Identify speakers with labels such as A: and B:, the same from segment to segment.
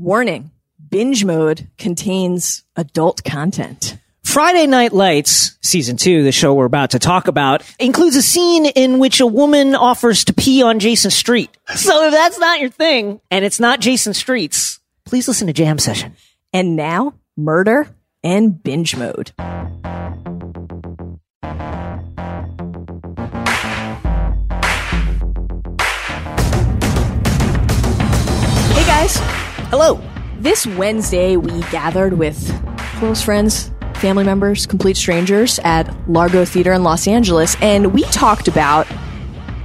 A: Warning binge mode contains adult content.
B: Friday Night Lights, season two, the show we're about to talk about, includes a scene in which a woman offers to pee on Jason Street. So if that's not your thing, and it's not Jason Street's, please listen to Jam Session.
A: And now, murder and binge mode. Hey guys,
B: Hello.
A: this Wednesday we gathered with close friends, family members, complete strangers at Largo Theater in Los Angeles, and we talked about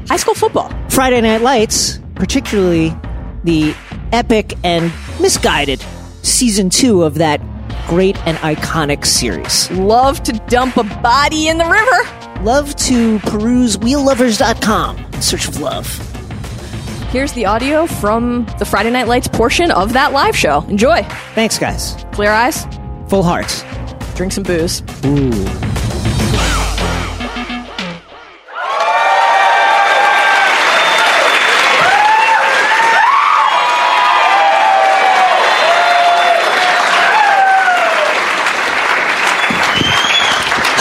A: high school football.
B: Friday Night Lights, particularly the epic and misguided season two of that great and iconic series.
A: Love to dump a body in the river.
B: Love to peruse wheellovers.com in search of love.
A: Here's the audio from the Friday Night Lights portion of that live show. Enjoy.
B: Thanks, guys.
A: Clear eyes,
B: Full hearts.
A: drink some booze.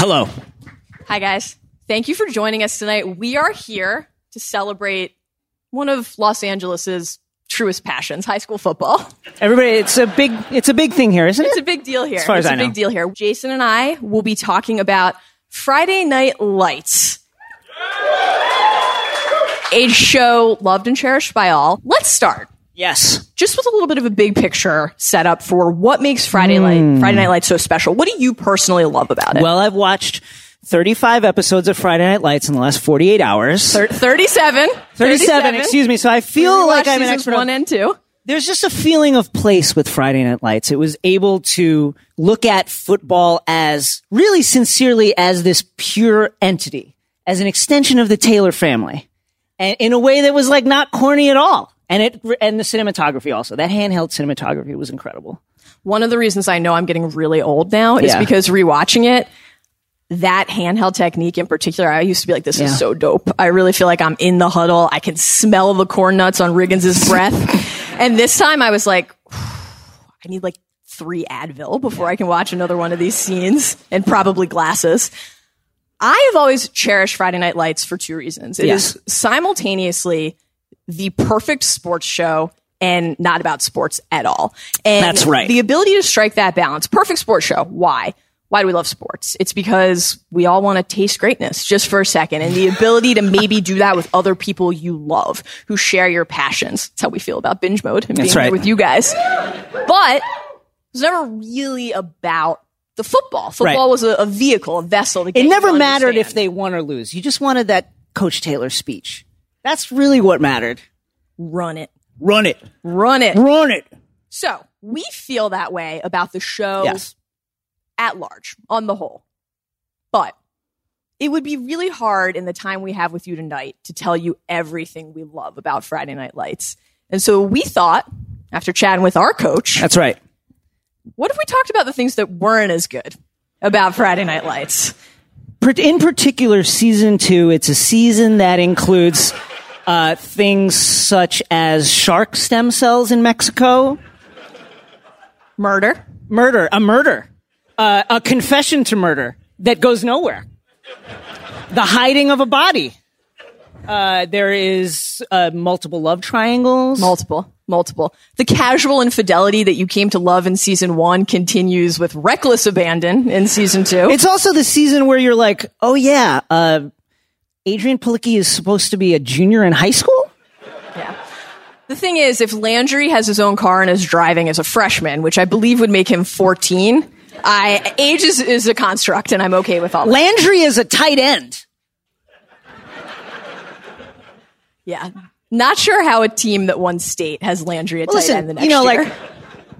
B: Hello.
A: Hi, guys. Thank you for joining us tonight. We are here to celebrate one of Los Angeles' truest passions, high school football.
B: Everybody, it's a big it's a big thing here, isn't
A: It's a
B: it?
A: big deal here.
B: far as
A: it's a
B: I know.
A: big deal here. Jason and I will be talking about Friday Night Lights. A show loved and cherished by all. Let's start.
B: yes.
A: just with a little bit of a big picture setup for what makes Friday Night Friday Night Lights so special. What do you personally love about it?
B: Hmm. Well, I've watched 35 episodes of Friday Night Lights in the last 48 hours.
A: Thir- 37,
B: 37, excuse me. So I feel like I'm an
A: seasons
B: expert. on-
A: one e- and two.
B: There's just a feeling of place with Friday Night Lights. It was able to look at football as really sincerely as this pure entity, as an extension of the Taylor family, and in a way that was like not corny at all. And it and the cinematography also. That handheld cinematography was incredible.
A: One of the reasons I know I'm getting really old now is
B: Yeah.
A: because rewatching it, that handheld technique in particular, I used to be like, this
B: Yeah.
A: is so dope. I really feel like I'm in the huddle. I can smell the corn nuts on Riggins's breath. and this time I was like, I need like three Advil before I can watch another one of these scenes and probably glasses. I have always cherished Friday Night Lights for two reasons. It
B: Yeah.
A: is simultaneously the perfect sports show and not about sports at all. And
B: That's right.
A: The ability to strike that balance. Perfect sports show. Why? Why do we love sports? It's because we all want to taste greatness just for a second. And the ability to maybe do that with other people you love who share your passions. That's how we feel about binge mode and being
B: That's
A: here
B: right.
A: with you guys. But it was never really about the football. Football
B: Right.
A: was a, a vehicle, a vessel. To
B: It never mattered if they won or lose. You just wanted that Coach Taylor speech. That's really what mattered.
A: run it,
B: Run it.
A: run it.
B: Run it.
A: So we feel that way about the show
B: Yes.
A: at large, on the whole. But it would be really hard in the time we have with you tonight to tell you everything we love about Friday Night Lights. And so we thought, after chatting with our coach,
B: That's right.
A: what if we talked about the things that weren't as good about Friday Night Lights?
B: par- in particular season two it's a season that includes uh, things such as shark stem cells in mexico
A: Murder.
B: murder a murder uh, a confession to murder that goes nowhere the hiding of a body uh, there is uh, multiple love triangles
A: Multiple, multiple. The casual infidelity that you came to love in season one continues with reckless abandon in season two.
B: It's also the season where you're like, oh yeah, uh, Adrian Palicki is supposed to be a junior in high school.
A: yeah. The thing is, if Landry has his own car and is driving as a freshman, which I believe would make him 14, I age is, is a construct, and I'm okay with all that.
B: Landry is a tight end.
A: Yeah. Not sure how a team that won state has Landry at tight
B: listen,
A: end the next
B: you know,
A: year.
B: like-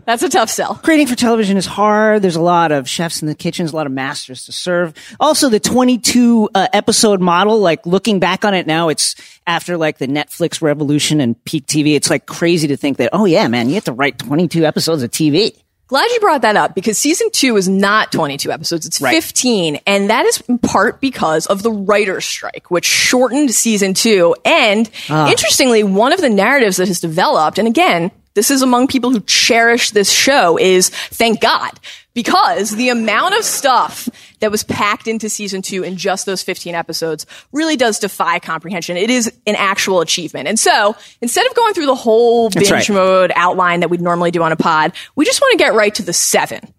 A: that's a tough sell.
B: creating for television is hard. There's a lot of chefs in the kitchens, a lot of masters to serve. Also, the 22 uh, episode model, like looking back on it now, it's after like the Netflix revolution and peak TV. It's like crazy to think that, oh yeah, man, you have to write 22 episodes of TV.
A: Glad you brought that up because season two is not 22 episodes. It's
B: Right.
A: 15. And that is in part because of the writer's strike, which shortened season two. And interestingly, one of the narratives that has developed, and again, this is among people who cherish this show is thank God because the amount of stuff that was packed into season two in just those 15 episodes really does defy comprehension. It is an actual achievement. And so instead of going through the whole binge
B: right.
A: mode outline that we'd normally do on a pod, we just want to get right to the seven.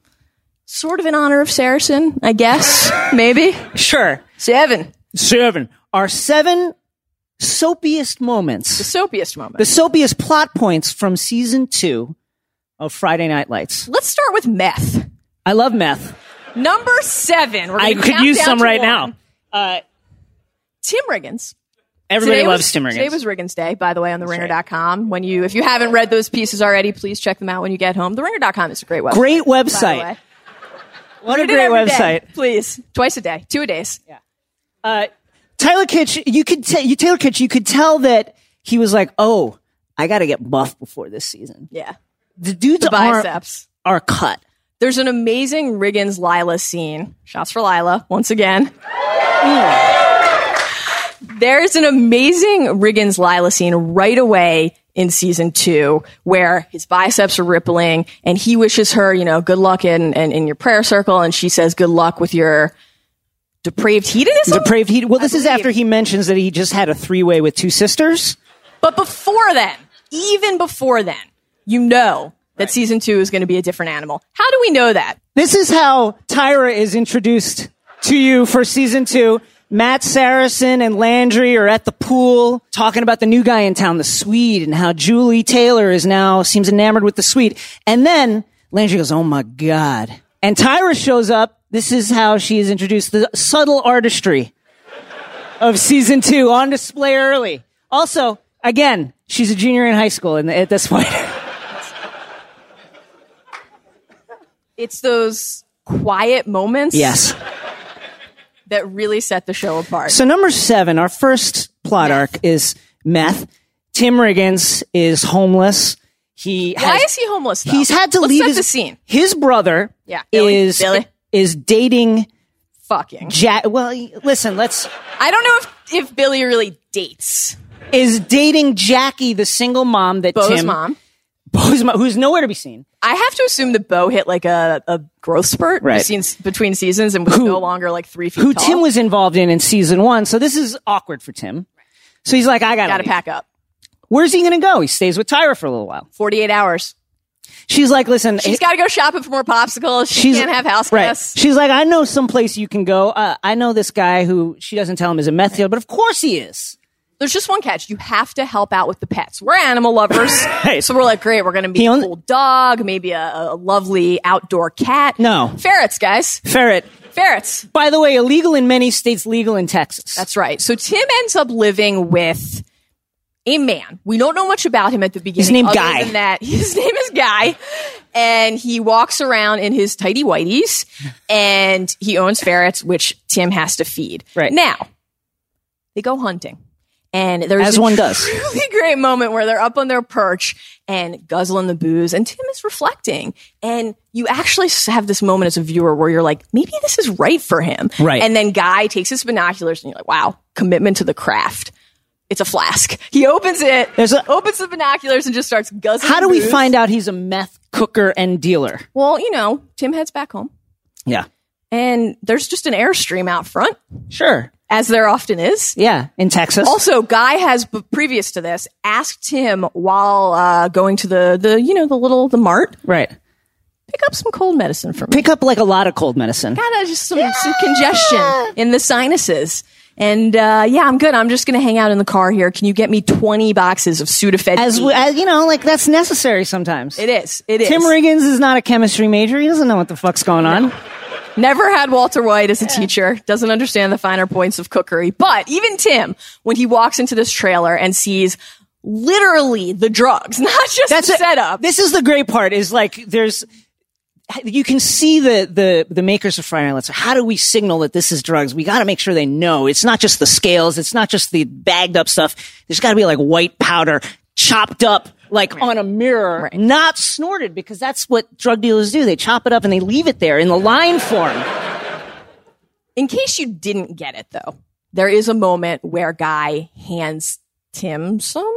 A: Sort of in honor of Saracen, I guess. Maybe.
B: Sure.
A: Seven.
B: Seven. Our seven soapiest moments,
A: Soapiest moment.
B: the soapiest plot points from season two of Friday Night Lights.
A: Let's start with meth.
B: I love meth.
A: Number seven. We're gonna
B: I could
A: count
B: use
A: down
B: some
A: to
B: right
A: one.
B: now.
A: Tim Riggins.
B: Everybody
A: Today
B: loves
A: was,
B: Tim Riggins.
A: Today was Riggins Day, by the way, on theringer.com. When you, if you haven't read those pieces already, please check them out when you get home. Theringer.com is a great website.
B: great
A: by the way.
B: website. What a
A: Read it
B: great
A: every day,
B: website.
A: please, twice a day, two a days.
B: Uh, Tyler Kitsch, you could tell you Taylor Kitsch, you could tell that he was like, "Oh, I got to get buff before this season."
A: Yeah,
B: The dude's arm-
A: biceps.
B: are cut.
A: There's an amazing Riggins Lila scene. Shouts for Lila once again. Mm. There's an amazing Riggins Lila scene right away in season two where his biceps are rippling and he wishes her, you know, good luck in, in, in your prayer circle. And she says, good luck with your depraved hedonism.
B: Depraved heat. Well, this is
A: believe.
B: after he mentions that he just had a three way with two sisters.
A: But before then, even before then, you know that season two is going to be a different animal. How do we know that?
B: This is how Tyra is introduced to you for season two. Matt Saracen and Landry are at the pool talking about the new guy in town, the Swede, and how Julie Taylor is now seems enamored with the Swede. And then Landry goes, Oh my God. And Tyra shows up. This is how she is introduced. The subtle artistry of season two on display early. Also, again, she's a junior in high school in at this point.
A: It's those quiet moments
B: yes.
A: that really set the show apart.
B: So number seven, our first plot arc is meth. Tim Riggins is homeless. He
A: Why
B: has,
A: is he homeless? Though?
B: He's had to
A: Let's
B: leave
A: set
B: his
A: the scene.
B: His brother,
A: Yeah, Billy,
B: is
A: Billy.
B: is dating
A: Fucking.
B: Jack. Well, listen, let's
A: I don't know if if Billy really dates
B: is dating Jackie, the single mom that
A: Bo's
B: Tim,
A: mom.
B: Bo's mom, who's nowhere to be seen.
A: I have to assume that Bo hit like a, a growth spurt
B: Right.
A: between, between seasons and was no longer like three feet
B: Who
A: tall.
B: Tim was involved in in season one. So this is awkward for Tim. So he's like, I gotta,
A: got to
B: leave.
A: pack up.
B: Where's he gonna go? He stays with Tyra for a little while.
A: Forty eight hours.
B: She's like, listen,
A: She's got to go shopping for more popsicles. She
B: She's-
A: can't have house
B: right.
A: guests.
B: She's like, I know someplace you can go. Uh, I know this guy who she doesn't tell him is a meth dealer, but of course he is.
A: there's just one catch. You have to help out with the pets. We're animal lovers.
B: Right.
A: So we're like, great, we're going to be
B: He
A: a
B: owns-
A: cool dog, maybe a, a lovely outdoor cat.
B: No.
A: Ferrets, guys.
B: Ferret.
A: Ferrets.
B: By the way, illegal in many states, legal in Texas.
A: That's right. So Tim ends up living with a man. We don't know much about him at the beginning.
B: named
A: other
B: Guy.
A: Than that his name is Guy, and he walks around in his tidy whities, and he owns ferrets, which Tim has to feed.
B: Right.
A: now, they go hunting, and there's
B: As
A: a
B: one does.
A: really great moment where they're up on their perch and guzzling the booze, and Tim is reflecting. And you actually s- have this moment as a viewer where you're like, maybe this is right for him.
B: Right.
A: And then Guy takes his binoculars, and you're like, wow, commitment to the craft. It's a flask. He opens it,
B: There's a-
A: opens the binoculars, and just starts guzzling.
B: How do we
A: booze.
B: find out he's a meth cooker and dealer?
A: Well, you know, Tim heads back home,
B: Yeah.
A: and there's just an airstream out front,
B: Sure.
A: as there often is.
B: Yeah. In Texas.
A: Also, Guy has b- previous to this asked him while uh, going to the the you know the little the mart
B: right.
A: pick up some cold medicine for me.
B: Pick up like a lot of cold medicine.
A: Kinda just some, some congestion in the sinuses. And uh, yeah, I'm good. I'm just gonna hang out in the car here. Can you get me 20 boxes of Sudafed?
B: As,
A: D?
B: we- as you know, like that's necessary sometimes.
A: it is. It is.
B: Tim Riggins is not a chemistry major. He doesn't know what the fuck's going on.
A: Never had Walter White as a teacher. Doesn't understand the finer points of cookery. But even Tim, when he walks into this trailer and sees literally the drugs, not just the
B: it.
A: setup.
B: This is the great part. Is like there's you can see the the the makers of Friday Night Lights. How do we signal that this is drugs? We got to make sure they know it's not just the scales. It's not just the bagged up stuff. There's got to be like white powder chopped up like on a mirror, not snorted because that's what drug dealers do. They chop it up and they leave it there in the line form.
A: In case you didn't get it though, there is a moment where Guy hands Tim some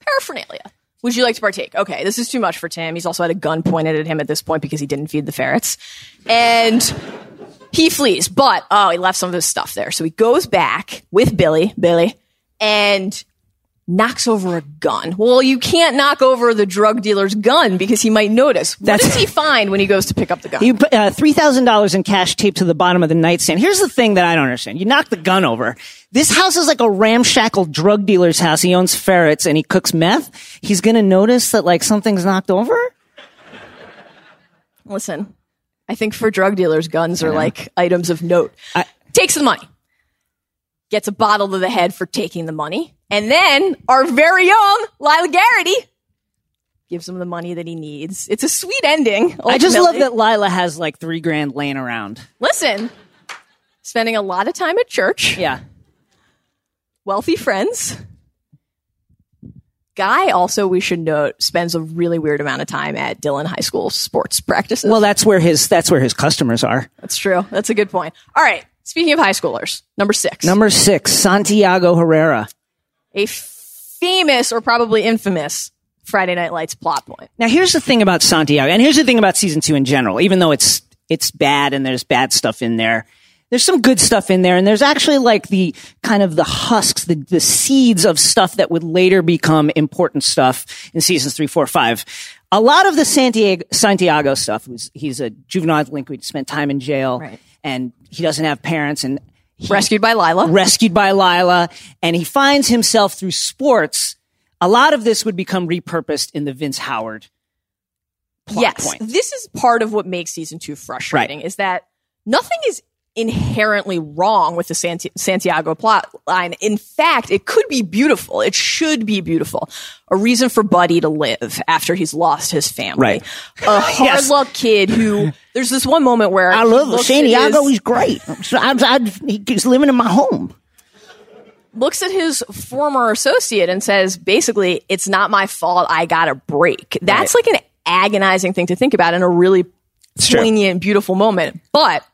A: paraphernalia. Would you like to partake? Okay, this is too much for Tim. He's also had a gun pointed at him at this point because he didn't feed the ferrets. And he flees, but oh, he left some of his stuff there. So he goes back with Billy, Billy, and knocks over a gun. Well, you can't knock over the drug dealer's gun because he might notice. What
B: That's-
A: does he find when he goes to pick up the gun?
B: You put uh, $3,000 in cash taped to the bottom of the nightstand. Here's the thing that I don't understand. You knock the gun over. This house is like a ramshackle drug dealer's house. He owns ferrets and he cooks meth. He's going to notice that like something's knocked over.
A: Listen, I think for drug dealers, guns are like items of note. Takes the money, gets a bottle to the head for taking the money, and then our very own Lila Garrity gives him the money that he needs. It's a sweet ending.
B: I just love
A: ultimately.
B: that Lila has like three grand laying around.
A: Listen, spending a lot of time at church,
B: Yeah.
A: wealthy friends. Guy also, we should note, spends a really weird amount of time at Dillon High School sports practices.
B: Well, that's where his, that's where his customers are.
A: That's true. That's a good point. All right. Speaking of high schoolers, number six.
B: Number six, Santiago Herrera.
A: a famous or probably infamous Friday Night Lights plot point.
B: Now here's the thing about Santiago, and here's the thing about season two in general. Even though it's it's bad and there's bad stuff in there, there's some good stuff in there, and there's actually like the kind of the husks, the, the seeds of stuff that would later become important stuff in seasons three, four, five. A lot of the Santiago Santiago stuff was he's a juvenile delinquent, spent time in jail,
A: Right.
B: and he doesn't have parents, and he-
A: Rescued by Lila.
B: rescued by Lila, and he finds himself through sports. A lot of this would become repurposed in the Vince Howard plot
A: yes.
B: point.
A: This is part of what makes season two frustrating is that nothing is inherently wrong with the Santi- Santiago plot line. In fact, it could be beautiful. It should be beautiful. A reason for Buddy to live after he's lost his family.
B: Right.
A: A hard
B: Yes.
A: luck kid who there's this one moment where
B: I
A: he
B: love
A: looks at
B: Santiago.
A: his-
B: He's great. I, I, he's living in my home.
A: looks at his former associate and says, basically, it's not my fault. I got a break. That's like an agonizing thing to think about in a really
B: true.
A: poignant, beautiful moment. But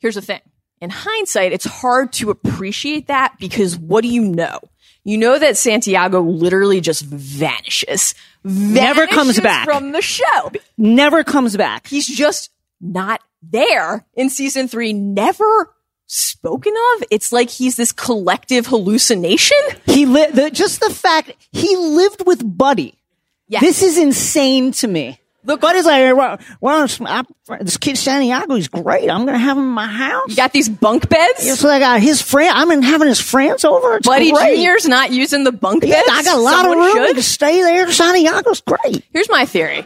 A: here's the thing in hindsight, it's hard to appreciate that because what do you know? You know that Santiago literally just vanishes.
B: Never comes
A: Vanishes
B: back.
A: From the show
B: Never comes back.
A: he's just not there in season three, never spoken of. It's like he's this collective hallucination.
B: He li- the, just the fact he lived with Buddy.
A: Yes.
B: This is insane to me.
A: Look-
B: Buddy's like, "Hey, well, well, I, this kid Santiago, he's great. I'm gonna have him in my house.
A: You got these bunk beds.
B: So I got his friend. I'm in having his friends over. It's
A: Buddy
B: great.
A: Junior's not using the bunk beds.
B: Yeah, I got a lot
A: Someone
B: of room.
A: should.
B: We can stay there. Santiago's great.
A: Here's my theory.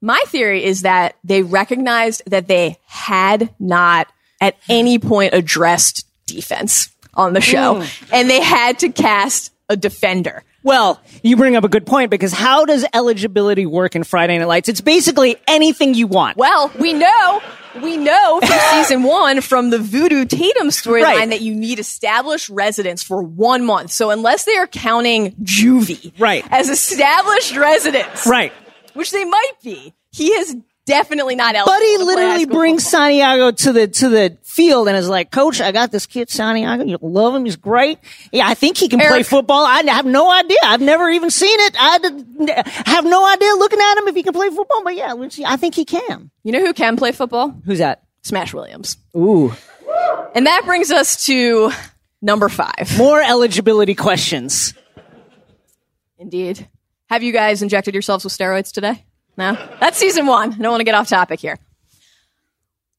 A: My theory is that they recognized that they had not at any point addressed defense on the show
B: Mm.
A: and they had to cast a defender.
B: Well, you bring up a good point because how does eligibility work in Friday Night Lights? It's basically anything you want.
A: Well, we know, we know from season one from the Voodoo Tatum storyline
B: Right.
A: that you need established residence for one month. So unless they are counting juvie
B: Right.
A: as established residence,
B: Right.
A: which they might be, he is definitely not eligible.
B: Buddy
A: to play high
B: literally
A: school
B: brings
A: football.
B: Santiago to the to the field and is like, "Coach, I got this kid Santiago. You love him. He's great. Yeah, I think he can play
A: Eric-
B: football. I have no idea. I've never even seen it. I did- have no idea looking at him if he can play football. But yeah, let's see. I think he can.
A: You know who can play football?
B: Who's that?
A: Smash Williams.
B: Ooh,
A: And that brings us to number five.
B: more eligibility questions.
A: Indeed. Have you guys injected yourselves with steroids today? No? That's season one. I don't want to get off topic here.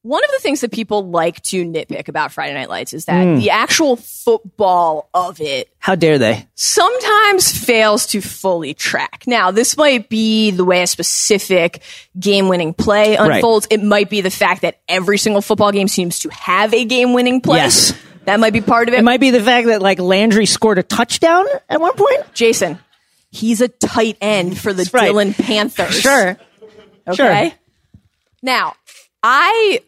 A: One of the things that people like to nitpick about Friday Night Lights is that
B: Hmm.
A: the actual football of it
B: How dare they?
A: sometimes fails to fully track. Now, this might be the way a specific game winning play unfolds. It might be the fact that every single football game seems to have a game winning play.
B: Yes.
A: That might be part of it.
B: It might be the fact that like Landry scored a touchdown at one point.
A: Jason, he's a tight end for the
B: That's right.
A: Dillon Panthers.
B: Sure.
A: Okay. Now, I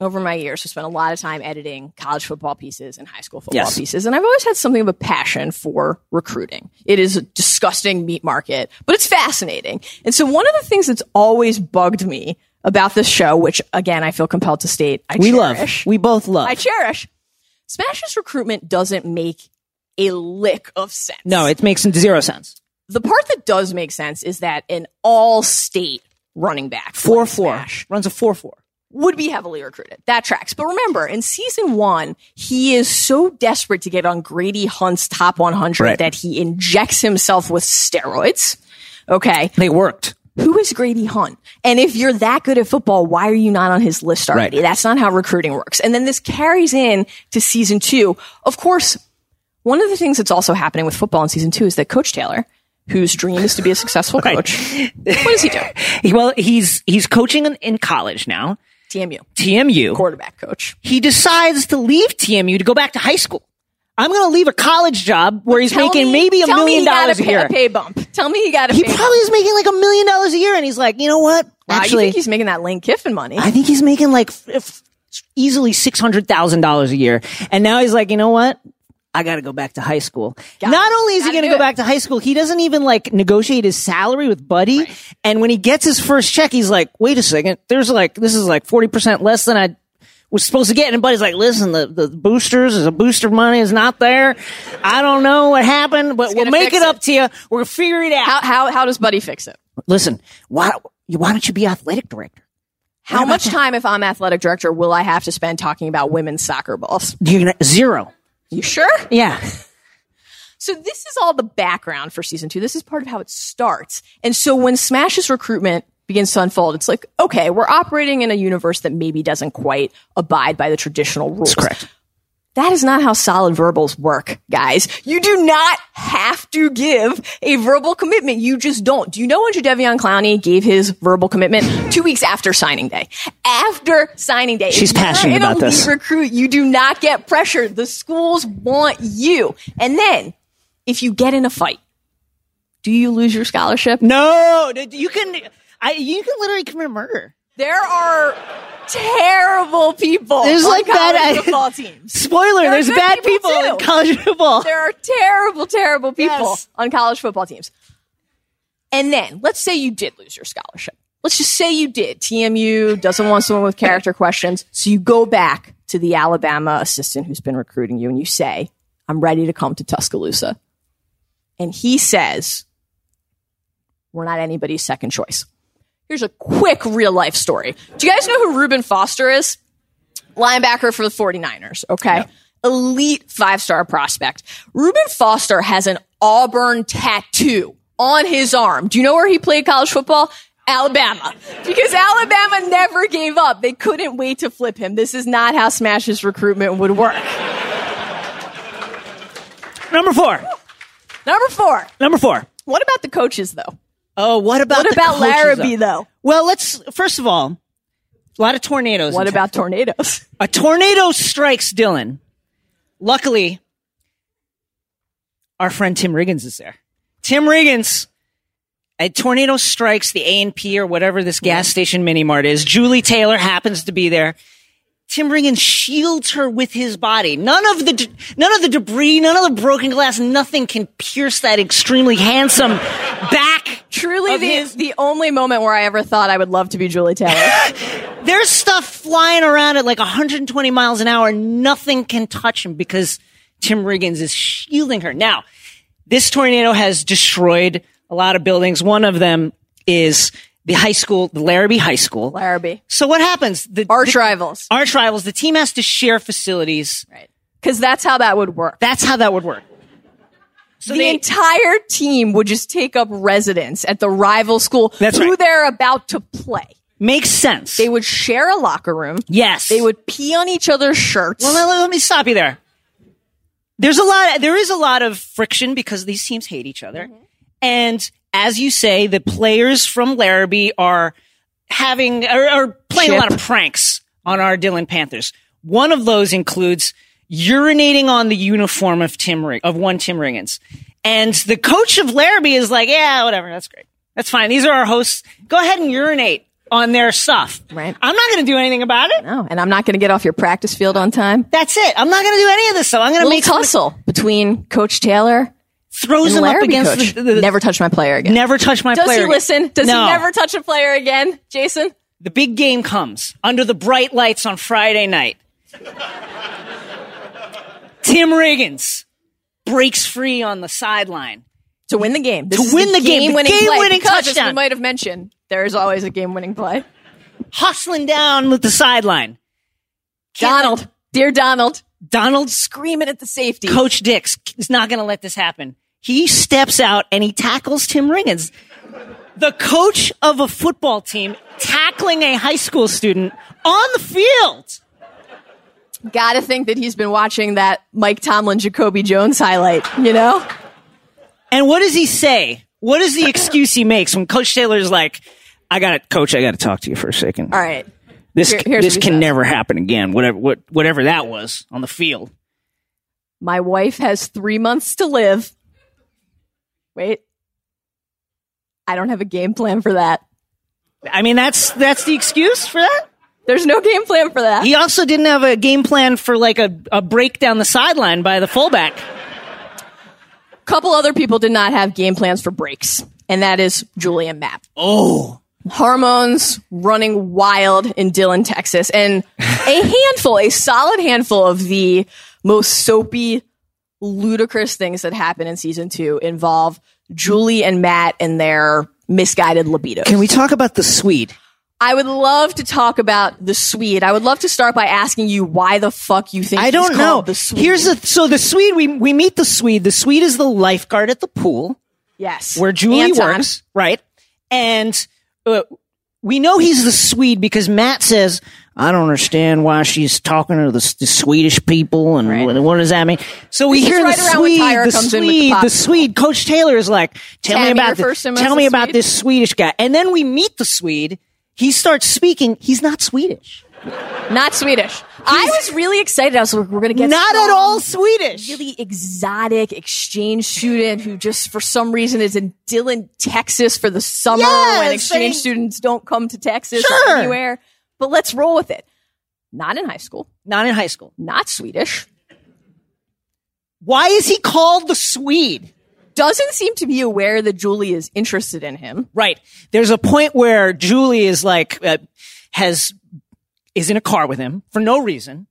A: over my years, I spent a lot of time editing college football pieces and high school football
B: Yes.
A: pieces. And I've always had something of a passion for recruiting. It is a disgusting meat market, but it's fascinating. And so one of the things that's always bugged me about this show, which again, I feel compelled to state, I
B: We
A: cherish,
B: love. We both love.
A: I cherish, Smash's recruitment doesn't make a lick of sense.
B: no, it makes zero sense.
A: the part that does make sense is that an all state running back
B: Four
A: like
B: four
A: Smash
B: runs a four four.
A: would be heavily recruited. That tracks. But remember, in season one, he is so desperate to get on Grady Hunt's top 100
B: Right.
A: that he injects himself with steroids. Okay.
B: They worked.
A: Who is Grady Hunt? And if you're that good at football, why are you not on his list already?
B: Right.
A: That's not how recruiting works. And then this carries in to season two. Of course, one of the things that's also happening with football in season two is that Coach Taylor, whose dream is to be a successful coach, what does he do?
B: He- Well, he's he's coaching in, in college now,
A: TMU,
B: TMU.
A: quarterback coach.
B: He decides to leave TMU to go back to high school. I'm going to leave a college job where he's
A: Tell
B: making
A: me-
B: maybe a
A: tell me
B: million
A: he got
B: dollars a
A: pay,
B: year.
A: Pay bump. Tell me he got a
B: He
A: pay
B: probably
A: bump.
B: is making like a million dollars a year, and he's like, you know what?
A: Wow, you
B: Actually,
A: think he's making that Lane Kiffin money?
B: I think he's making like f- f- easily six hundred thousand dollars a year, and now he's like, you know what? I got to go back to high school. Not only is he
A: Gotta
B: going to
A: do
B: go
A: it.
B: back to high school, he doesn't even like negotiate his salary with Buddy. And when he gets his first check, he's like, wait a second, there's like this is like forty percent less than I was supposed to get. And Buddy's like, listen, the the boosters, the booster money is not there. I don't know what happened, but we'll
A: gonna
B: make
A: fix
B: it up to you. We're gonna figure it out.
A: how, how, how does Buddy fix it?
B: listen, why why don't you be athletic director?
A: How much time, if I'm athletic director, will I have to spend talking about women's soccer balls?
B: You're gonna zero.
A: You sure?
B: Yeah.
A: So this is all the background for season two. This is part of how it starts. And so when Smash's recruitment begins to unfold, it's like, okay, we're operating in a universe that maybe doesn't quite abide by the traditional rules.
B: correct.
A: That is not how solid verbals work, guys. You do not have to give a verbal commitment. You just don't. Do you know when Jadevian Clowney gave his verbal commitment? Two weeks after signing day. After signing day.
B: She's
A: If you're
B: passionate
A: an
B: about
A: elite
B: this.
A: Recruit, you do not get pressured. The schools want you. And then if you get in a fight, do you lose your scholarship?
B: No, dude, you can. I you can literally commit murder.
A: There are terrible people.
B: There's
A: on
B: like bad-
A: college football teams.
B: Spoiler:
A: are
B: There's
A: good
B: bad people,
A: people,
B: in
A: too.
B: college football.
A: There are terrible, terrible people
B: Yes.
A: on college football teams. And then let's say you did lose your scholarship. Let's just say you did. TMU doesn't want someone with character questions. So you go back to the Alabama assistant who's been recruiting you and you say, I'm ready to come to Tuscaloosa. And he says, We're not anybody's second choice. Here's a quick real life story. Do you guys know who Reuben Foster is? linebacker for the 49ers, okay? Elite five star prospect. Reuben Foster has an Auburn tattoo on his arm. Do you know where he played college football? Alabama. Because Alabama never gave up. They couldn't wait to flip him. This is not how Smash's recruitment would work.
B: Number four.
A: Number four.
B: Number four.
A: What about the coaches, though?
B: Oh, what about
A: What
B: the
A: about
B: coaches,
A: Larrabee, though?
B: Well, let's first of all, a lot of tornadoes.
A: What
B: in
A: about tornadoes?
B: A tornado strikes Dylan. Luckily, our friend Tim Riggins is there. Tim Riggins, a tornado strikes the A&P or whatever this gas station mini mart is. Julie Taylor happens to be there. Tim Riggins shields her with his body. None of the, de- none of the debris, none of the broken glass, nothing can pierce that extremely handsome back.
A: Truly,
B: Of
A: the,
B: his-
A: the only moment where I ever thought I would love to be Julie Taylor.
B: There's stuff flying around at like 120 miles an hour. Nothing can touch him because Tim Riggins is shielding her. Now, this tornado has destroyed a lot of buildings. One of them is the high school, the Larrabee High School.
A: Larrabee.
B: So what happens? The
A: Arch
B: the-
A: rivals.
B: Arch rivals. The team has to share facilities.
A: Right. Because that's how that would work.
B: That's how that would work. So
A: the
B: they-
A: entire team would just take up residence at the rival school
B: That's
A: who
B: right.
A: they're about to play.
B: makes sense.
A: They would share a locker room.
B: yes.
A: They would pee on each other's shirts.
B: Well, let, let me stop you there. There's a lot. There is a lot of friction because these teams hate each other,
A: Mm-hmm.
B: and as you say, the players from Larrabee are having are, are playing a
A: Chip.
B: lot of pranks on our Dylan Panthers. One of those includes urinating on the uniform of Tim Rig- of one Tim Riggins, and the coach of Larrabee is like, "Yeah, whatever, that's great, that's fine. These are our hosts. Go ahead and urinate on their stuff.
A: Right.
B: I'm not going to do anything about it.
A: No, Oh, and I'm not going to get off your practice field on time.
B: That's it. I'm not going to do any of this stuff. I'm going to
A: Little
B: make somebody-
A: tussle between Coach Taylor
B: throws
A: and
B: him up
A: Larrabee
B: against
A: coach.
B: the, the-
A: never touch my player again.
B: never touch my
A: Does he
B: player.
A: listen? Does
B: No.
A: he never touch a player again, Jason?
B: The big game comes under the bright lights on Friday night. Tim Riggins breaks free on the sideline.
A: To win the game. This
B: To
A: is
B: win the game. The
A: game-winning play
B: game-winning
A: because, as
B: touchdown.
A: we might have mentioned, there is always a game-winning play.
B: hustling down with the sideline.
A: Donald, dear Donald,
B: Donald's
A: screaming at the safety.
B: coach Dix is not going to let this happen. He steps out and he tackles Tim Riggins. The coach of a football team tackling a high school student on the field.
A: Gotta think that he's been watching that Mike Tomlin, Jacoby Jones highlight, you know?
B: And what does he say? What is the excuse he makes when Coach Taylor's like, I got to, coach, I got to talk to you for a second.
A: All right.
B: This,
A: here- here's
B: this
A: what he
B: can
A: says.
B: never happen again. Whatever, what, whatever that was on the field.
A: My wife has three months to live. Wait. I don't have a game plan for that.
B: I mean, that's, that's the excuse for that.
A: There's no game plan for that.
B: He also didn't have a game plan for like a, a break down the sideline by the fullback.
A: couple other people did not have game plans for breaks, and that is Julian Mapp.
B: Oh.
A: Hormones running wild in Dillon, Texas, and a handful, a solid handful of the most soapy, ludicrous things that happen in season two involve Julie and Matt and their misguided libido.
B: Can we talk about the Swede?
A: I would love to talk about the Swede. I would love to start by asking you why the fuck you think
B: I
A: he's
B: don't
A: called
B: know.
A: The Swede.
B: Here's the so the Swede we we meet the Swede. The Swede is the lifeguard at the pool
A: yes,
B: where Julie
A: Anton.
B: works, right? And uh, we know he's the Swede because Matt says, "I don't understand why she's talking to the, s- the Swedish people and
A: Right.
B: what, what does that mean?" So we hear
A: right
B: the
A: around when
B: Swede,
A: Tyra
B: the
A: comes in with the
B: Swede, the
A: popsicle.
B: Swede. Coach Taylor is like, "Tell me
A: Tammy
B: about
A: refers
B: this.
A: to him as
B: Tell
A: the
B: me about
A: Swede.
B: this Swedish guy." And then we meet the Swede. He starts speaking. He's not Swedish.
A: Not Swedish. I was really excited. I was like, we're going to get
B: not
A: some
B: at all Swedish.
A: Really exotic exchange student who just for some reason is in Dillon, Texas for the summer when
B: Yes,
A: exchange
B: they-
A: students don't come to Texas
B: Sure.
A: or anywhere. But let's roll with it. Not in high school,
B: Not in high school.
A: not Swedish.
B: Why is he called the Swede?
A: Doesn't seem to be aware that Julie is interested in him.
B: Right. There's a point where Julie is like, uh, has, is in a car with him for no reason,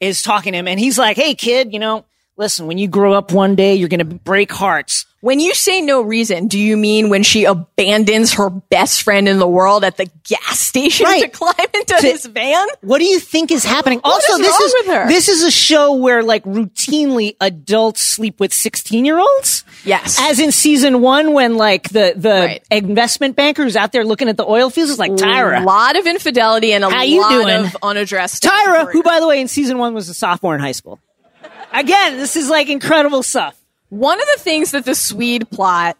B: is talking to him, and he's like, hey, kid, you know, listen, when you grow up one day, you're going to break hearts.
A: When you say no reason, do you mean when she abandons her best friend in the world at the gas station
B: Right.
A: to climb into this van?
B: What do you think is happening? also,
A: is
B: this
A: wrong
B: is
A: with her?
B: this is a show where like routinely adults sleep with 16 year olds.
A: Yes.
B: As in season one, when like the, the
A: Right.
B: investment banker who's out there looking at the oil fields is like, Tyra,
A: A lot of infidelity and a
B: How you
A: lot
B: doing?
A: of unaddressed.
B: Tyra,
A: career.
B: who by the way in season one was a sophomore in high school. Again, this is like incredible stuff.
A: one of the things that the Swede plot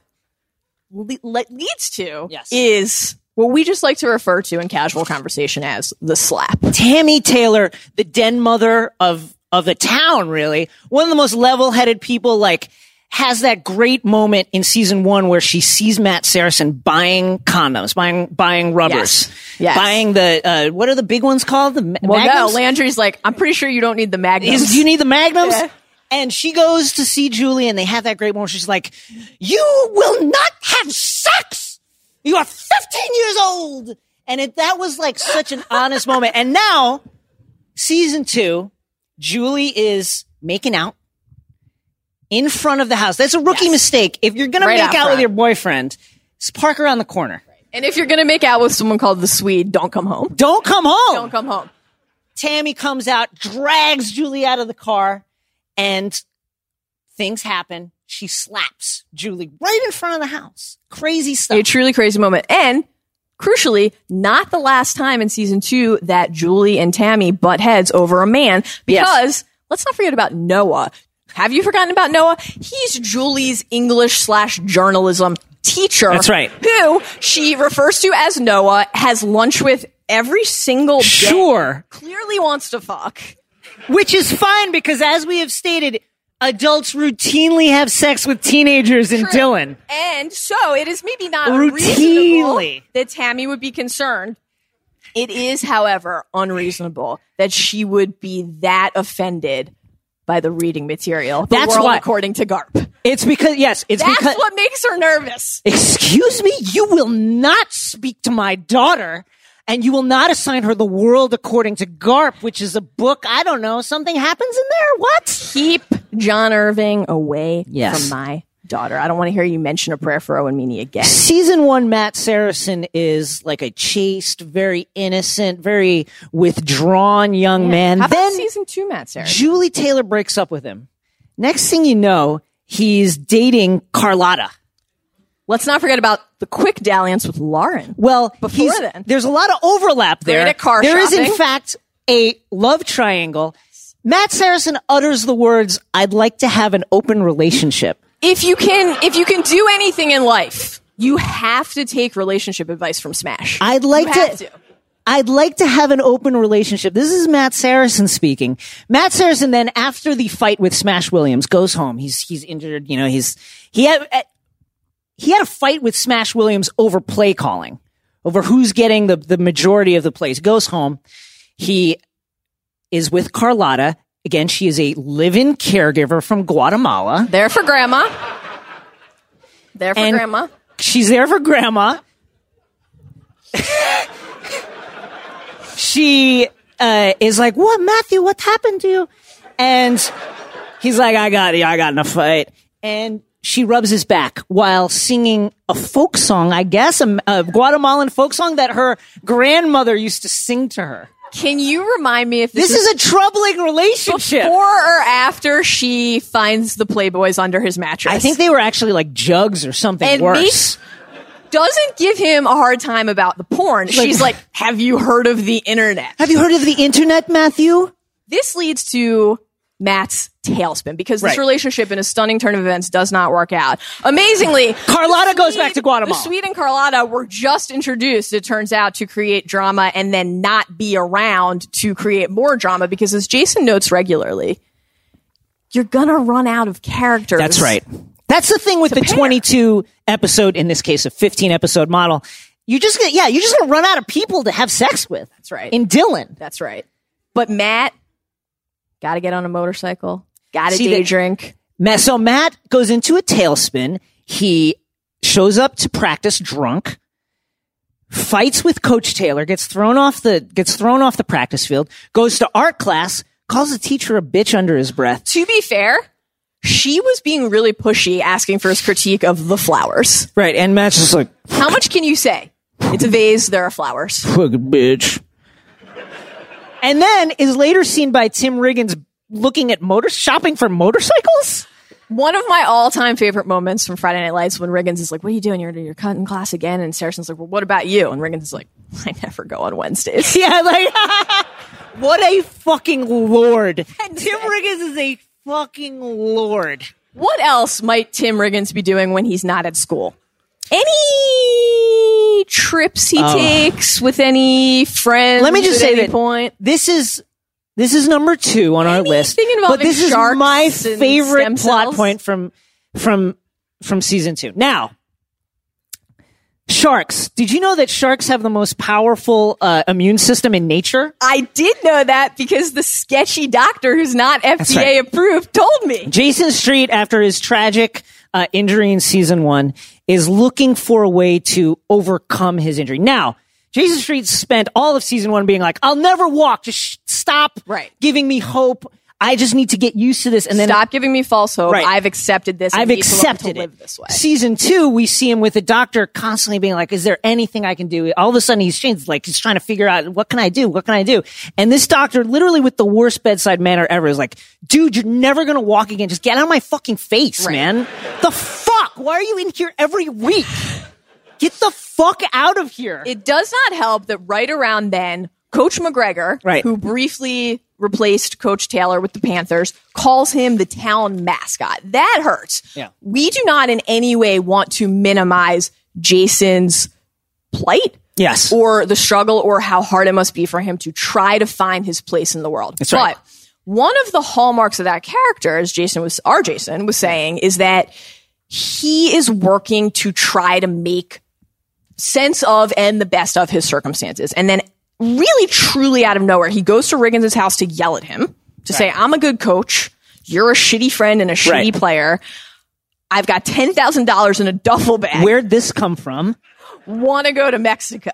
A: le- le- leads to
B: Yes.
A: is what we just like to refer to in casual conversation as the slap.
B: Tammy Taylor, the den mother of of the town, really one of the most level headed people. Like has that great moment in season one where she sees Matt Saracen buying condoms, buying buying rubbers,
A: Yes. Yes.
B: buying the uh, what are the big ones called? The ma-
A: Well,
B: magnums?
A: Oh, no, Landry's like, I'm pretty sure you don't need the magnums.
B: Is, do you need the magnums?
A: Yeah.
B: And she goes to see Julie, and they have that great moment. She's like, "You will not have sex. You are 15 years old." And it, that was like such an honest moment. And now, season two, Julie is making out in front of the house. That's a rookie
A: Yes.
B: mistake. If you're gonna
A: Right
B: make
A: out
B: out with
A: front.
B: your boyfriend, s- park around the corner.
A: and if you're going to make out with someone called the Swede, don't come home.
B: Don't come home.
A: Don't come home.
B: Tammy comes out, drags Julie out of the car, and things happen. She slaps Julie right in front of the house. Crazy
A: A
B: stuff.
A: truly crazy moment. And crucially, not the last time in season two that Julie and Tammy butt heads over a man because let's not forget about Noah. Have you forgotten about Noah? He's Julie's English slash journalism teacher.
B: That's right.
A: Who she refers to as Noah, has lunch with every single day.
B: Sure.
A: Clearly wants to fuck.
B: Which is fine because, as we have stated, adults routinely have sex with teenagers in Dylan.
A: And so it is maybe not
B: Routinely.
A: unreasonable that Tammy would be concerned It is, however, unreasonable that she would be that offended by the reading material. The
B: That's
A: world
B: why-
A: according to Garp.
B: It's because yes, it's
A: That's
B: because
A: what makes her nervous.
B: Excuse me, you will not speak to my daughter and you will not assign her the world according to Garp, which is a book, I don't know, something happens in there. What?
A: Keep John Irving away
B: Yes.
A: from my daughter. I don't want to hear you mention a prayer for Owen Meany again.
B: Season one, Matt Saracen is like a chaste, very innocent, very withdrawn young man.
A: How about
B: Then
A: season two, Matt Sarah?
B: Julie Taylor breaks up with him. Next thing you know, he's dating Carlotta.
A: Let's not forget about the quick dalliance with Lauren.
B: Well,
A: Before
B: he's-
A: then.
B: there's a lot of overlap there.
A: at car
B: There is, in
A: shopping.
B: fact, a love triangle. Matt Saracen utters the words, "I'd like to have an open relationship."
A: if you can if you can do anything in life, you have to take relationship advice from Smash.
B: I'd like
A: You have to.
B: I'd like to have an open relationship. This is Matt Saracen speaking. Matt Saracen then, after the fight with Smash Williams, goes home. He's he's injured. You know, he's he had eh, he had a fight with Smash Williams over play calling, over who's getting the the majority of the plays. Goes home. He is with Carlotta again. She is a live-in caregiver from Guatemala.
A: There for grandma. There for
B: And-
A: grandma.
B: She's there for grandma. she uh, is like, "What, Matthew? What happened to you?" And he's like, "I got, I got in a fight." And she rubs his back while singing a folk song, I guess, a, a Guatemalan folk song that her grandmother used to sing to her.
A: Can you remind me if this,
B: This is a troubling relationship.
A: before or after she finds the Playboys under his mattress?
B: I think they were actually like jugs or something
A: And
B: worse.
A: makes- doesn't give him a hard time about the porn. She's like, "Have you heard of the internet?"
B: Have you heard of the internet, Matthew?
A: this leads to Matt's tailspin because this
B: Right.
A: relationship in a stunning turn of events does not work out. Amazingly,
B: Carlotta
A: the
B: goes back to Guatemala.
A: The Swede and Carlotta were just introduced, it turns out, to create drama and then not be around to create more drama because as Jason notes regularly, you're gonna run out of characters.
B: That's right. That's the thing with the
A: pair.
B: 22 episode, in this case, a 15 episode model. You just gonna, yeah, you're just gonna run out of people to have sex with. That's
A: right.
B: In Dylan,
A: That's right. But Matt, gotta get on a motorcycle, gotta
B: See,
A: day
B: the-
A: drink.
B: Ma- so Matt goes into a tailspin. He shows up to practice drunk, fights with Coach Taylor, gets thrown off the gets thrown off the practice field, goes to art class, calls the teacher a bitch under his breath.
A: To be fair, she was being really pushy asking for his critique of the flowers.
B: Right, and Matt's just like,
A: How much can you say? It's a vase. There are flowers.
B: fucking bitch. And then is later seen by Tim Riggins looking at motor shopping for motorcycles.
A: One of my all-time favorite moments from Friday Night Lights when Riggins is like, "What are you doing? You're you're cutting class again?" And Saracen's like, "Well, what about you?" And Riggins is like, "I never go on Wednesdays."
B: Yeah, like what a fucking lord. Tim Riggins is a fucking lord.
A: What else might Tim Riggins be doing when he's not at school? Any trips he takes with any friends?
B: Um, Let me
A: at
B: just say
A: any
B: that
A: point.
B: this is this is number two on our list. But
A: involving
B: this is
A: sharks
B: my
A: and stem
B: favorite plot
A: cells?
B: point from from from season two. Now, sharks. Did you know that sharks have the most powerful uh, immune system in nature?
A: I did know that because the sketchy doctor who's not FDA
B: right.
A: approved told me.
B: Jason Street, after his tragic uh, injury in season one, is looking for a way to overcome his injury. Now, Jason Street spent all of season one being like, "I'll never walk. Just sh- stop
A: Right.
B: giving me hope. I just need to get used to this." And then
A: Stop giving me false hope.
B: Right.
A: I've accepted this. and
B: I've
A: need to learn
B: accepted
A: to live
B: it.
A: this way.
B: Season two, we see him with the doctor constantly being like, "Is there anything I can do?" All of a sudden, he's changed. Like he's trying to figure out what can I do, what can I do. And this doctor, literally with the worst bedside manner ever, is like, "Dude, you're never gonna walk again. Just get out of my fucking face,
A: Right.
B: man. The fuck? Why are you in here every week? Get the fuck out of here."
A: It does not help that right around then, Coach McGregor,
B: Right.
A: who briefly replaced Coach Taylor with the Panthers, calls him the town mascot. That hurts.
B: Yeah.
A: We do not in any way want to minimize Jason's plight
B: yes.
A: or the struggle or how hard it must be for him to try to find his place in the world. That's
B: right.
A: But one of the hallmarks of that character, as Jason was, our Jason was saying, is that he is working to try to make sense of and the best of his circumstances. And then really truly out of nowhere, he goes to Riggins' house to yell at him to say, I'm a good coach. You're a shitty friend and a shitty
B: Right.
A: player. I've got $10,000 in a duffel bag.
B: Where'd this come from?
A: Want to go to Mexico.